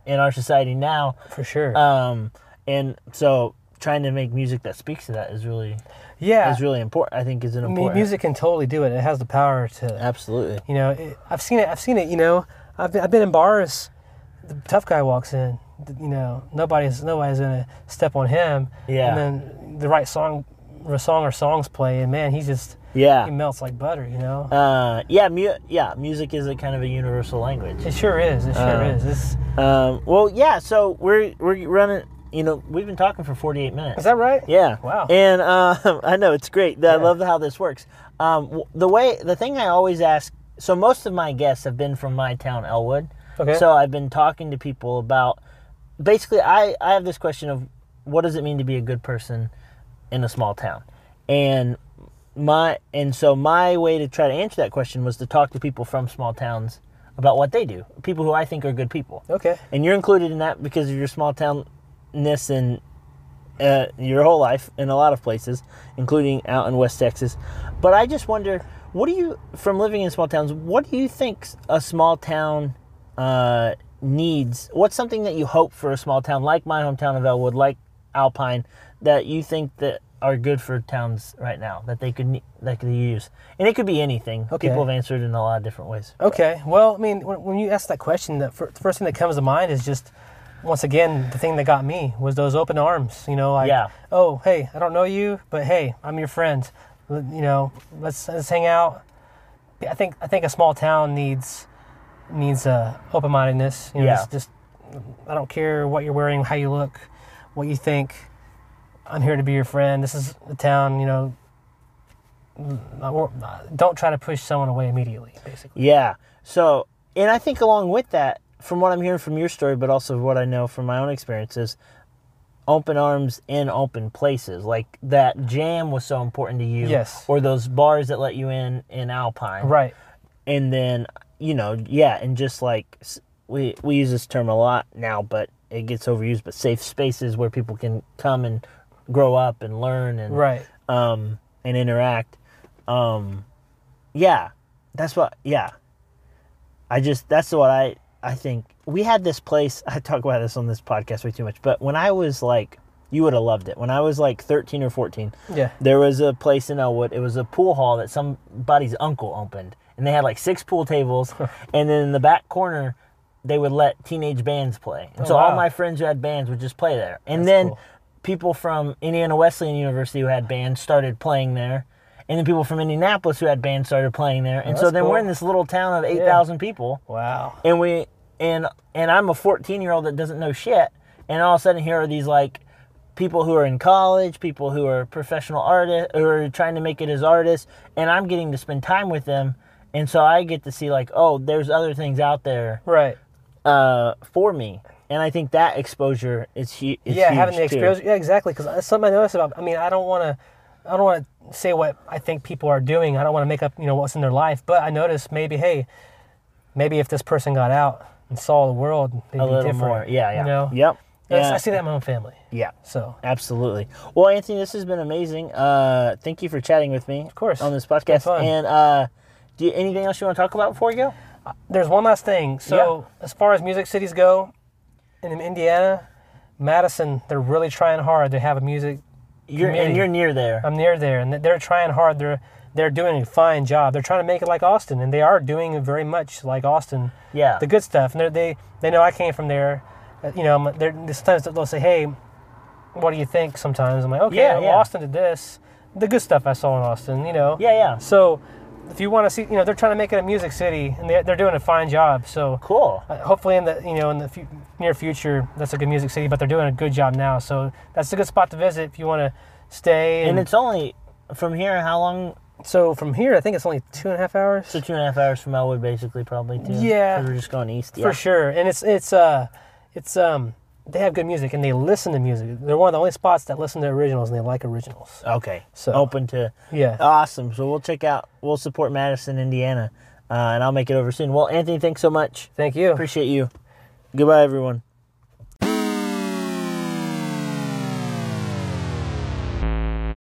Speaker 2: in our society now.
Speaker 3: For sure.
Speaker 2: Um, and so trying to make music that speaks to that is really
Speaker 3: yeah.
Speaker 2: is really important. I think is an
Speaker 3: I mean,
Speaker 2: important
Speaker 3: music can totally do it. It has the power to,
Speaker 2: Absolutely.
Speaker 3: you know, it, I've seen it. I've seen it, you know. I've been, I've been in bars. The tough guy walks in, th- you know, nobody's nobody's going to step on him.
Speaker 2: Yeah.
Speaker 3: And then the right song or song or songs play and man, he just
Speaker 2: Yeah.
Speaker 3: he melts like butter, you know.
Speaker 2: Uh, yeah, mu- yeah, music is a kind of a universal language.
Speaker 3: it sure is. It sure
Speaker 2: uh,
Speaker 3: is. It's,
Speaker 2: Um, well, yeah, so we're we're running. You know, we've been talking for forty eight minutes.
Speaker 3: is that right?
Speaker 2: Yeah.
Speaker 3: Wow.
Speaker 2: And um, I know it's great. I
Speaker 3: Yeah.
Speaker 2: love how this works. Um, w- the way the thing I always ask. So most of my guests have been from my town, Elwood.
Speaker 3: Okay.
Speaker 2: So I've been talking to people about. Basically, I I have this question of what does it mean to be a good person in a small town, and my and so my way to try to answer that question was to talk to people from small towns about what they do, people who I think are good people
Speaker 3: Okay.
Speaker 2: and you're included in that because of your small townness and uh, your whole life in a lot of places, including out in West Texas. But I just wonder, what do you, from living in small towns, what do you think a small town uh, needs? What's something that you hope for a small town like my hometown of Elwood, like Alpine, that you think that are good for towns right now that they could ne- that could use? And it could be anything.
Speaker 3: Okay.
Speaker 2: People have answered in a lot of different ways.
Speaker 3: Okay. Well, I mean, when, when you ask that question, the fir- first thing that comes to mind is just, once again, the thing that got me was those open arms. You know, like,
Speaker 2: Yeah.
Speaker 3: oh, hey, I don't know you, but hey, I'm your friend. L- You know, let's let's hang out. I think I think a small town needs needs uh, open mindedness. You know,
Speaker 2: Yeah.
Speaker 3: just, just I don't care what you're wearing, how you look, what you think. I'm here to be your friend. This is the town. You know. Not- or- not- Don't try to push someone away immediately. Basically,
Speaker 2: Yeah. So, and I think along with that, from what I'm hearing from your story, but also what I know from my own experiences, open arms in open places. Like that jam was so important to you.
Speaker 3: Yes.
Speaker 2: Or those bars that let you in in Alpine.
Speaker 3: right?
Speaker 2: And then, you know, yeah, and just like s- we we use this term a lot now, but it gets overused, but safe spaces where people can come and grow up and learn and
Speaker 3: Right.
Speaker 2: um, and interact. Um, yeah, that's what. Yeah, I just that's what I I think we had this place. I talk about this on this podcast way too much, but when I was like, you would have loved it. When I was like thirteen or fourteen,
Speaker 3: Yeah.
Speaker 2: there was a place in Elwood. It was a pool hall that somebody's uncle opened, and they had like six pool tables, and then in the back corner. They would let teenage bands play, and so all
Speaker 3: Oh, wow.
Speaker 2: my friends who had bands would just play there. And
Speaker 3: That's
Speaker 2: then
Speaker 3: cool.
Speaker 2: people from Indiana Wesleyan University who had bands started playing there, and then people from Indianapolis who had bands started playing there, and so
Speaker 3: that's
Speaker 2: then we're
Speaker 3: cool.
Speaker 2: in this little town of eight thousand people,
Speaker 3: Wow.
Speaker 2: and we and and I'm a 14 year old that doesn't know shit, and all of a sudden here are these like people who are in college, people who are professional artists, who are trying to make it as artists, and I'm getting to spend time with them, and so I get to see like, oh, there's other things out there
Speaker 3: Right.
Speaker 2: uh, for me, and I think that exposure is, hu- is
Speaker 3: yeah,
Speaker 2: huge
Speaker 3: having the
Speaker 2: too.
Speaker 3: experience. Yeah, exactly. Because that's something I noticed about. I mean, I don't want to. I don't want to say what I think people are doing. I don't want to make up, you know, what's in their life. But I noticed maybe, hey, maybe if this person got out and saw the world, they'd
Speaker 2: a
Speaker 3: be
Speaker 2: little
Speaker 3: different.
Speaker 2: more. Yeah, yeah.
Speaker 3: You know.
Speaker 2: Yep.
Speaker 3: That's-
Speaker 2: Yeah.
Speaker 3: I see that in my own family.
Speaker 2: Yeah.
Speaker 3: So
Speaker 2: Absolutely. Well, Anthony, this has been amazing. Uh, thank you for chatting with me. Of
Speaker 3: course.
Speaker 2: On this
Speaker 3: been
Speaker 2: podcast.
Speaker 3: fun.
Speaker 2: And uh, do you, anything else you want to talk about before we go?
Speaker 3: there's one last thing. So as far as music cities go, in Indiana, Madison, they're really trying hard. They have a music
Speaker 2: You're and
Speaker 3: Community.
Speaker 2: you're near there.
Speaker 3: I'm near there, and they're trying hard. They're they're doing a fine job. They're trying to make it like Austin, and they are doing it very much like Austin.
Speaker 2: Yeah.
Speaker 3: the good stuff. And they're- they they know I came from there. Uh, You know, I'm- they're, sometimes they'll say, "Hey, what do you think?" Sometimes I'm like, "Okay,
Speaker 2: Yeah,
Speaker 3: well,
Speaker 2: yeah.
Speaker 3: Austin did this." The good stuff I saw in Austin, you know.
Speaker 2: yeah, yeah.
Speaker 3: So, if you want to see, you know, they're trying to make it a music city, and they, they're doing a fine job. So,
Speaker 2: Cool.
Speaker 3: uh, hopefully in the you know in the fu- near future that's a good music city but they're doing a good job now so that's a good spot to visit if you want to stay
Speaker 2: And it's only from here. How long?
Speaker 3: so from here, I think it's only two and a half hours
Speaker 2: So two and a half hours from Elwood, basically, probably. Too.
Speaker 3: Yeah.
Speaker 2: 'Cause We're just going east.
Speaker 3: for sure. And it's it's uh, it's um, they have good music and they listen to music. They're one of the only spots that listen to originals and they like originals.
Speaker 2: Okay.
Speaker 3: So-
Speaker 2: open to.
Speaker 3: Yeah.
Speaker 2: Awesome. So we'll check out. We'll support Madison, Indiana, uh, and I'll make it over soon. Well, Anthony, thanks so much.
Speaker 3: Thank you.
Speaker 2: Appreciate you. Goodbye, everyone.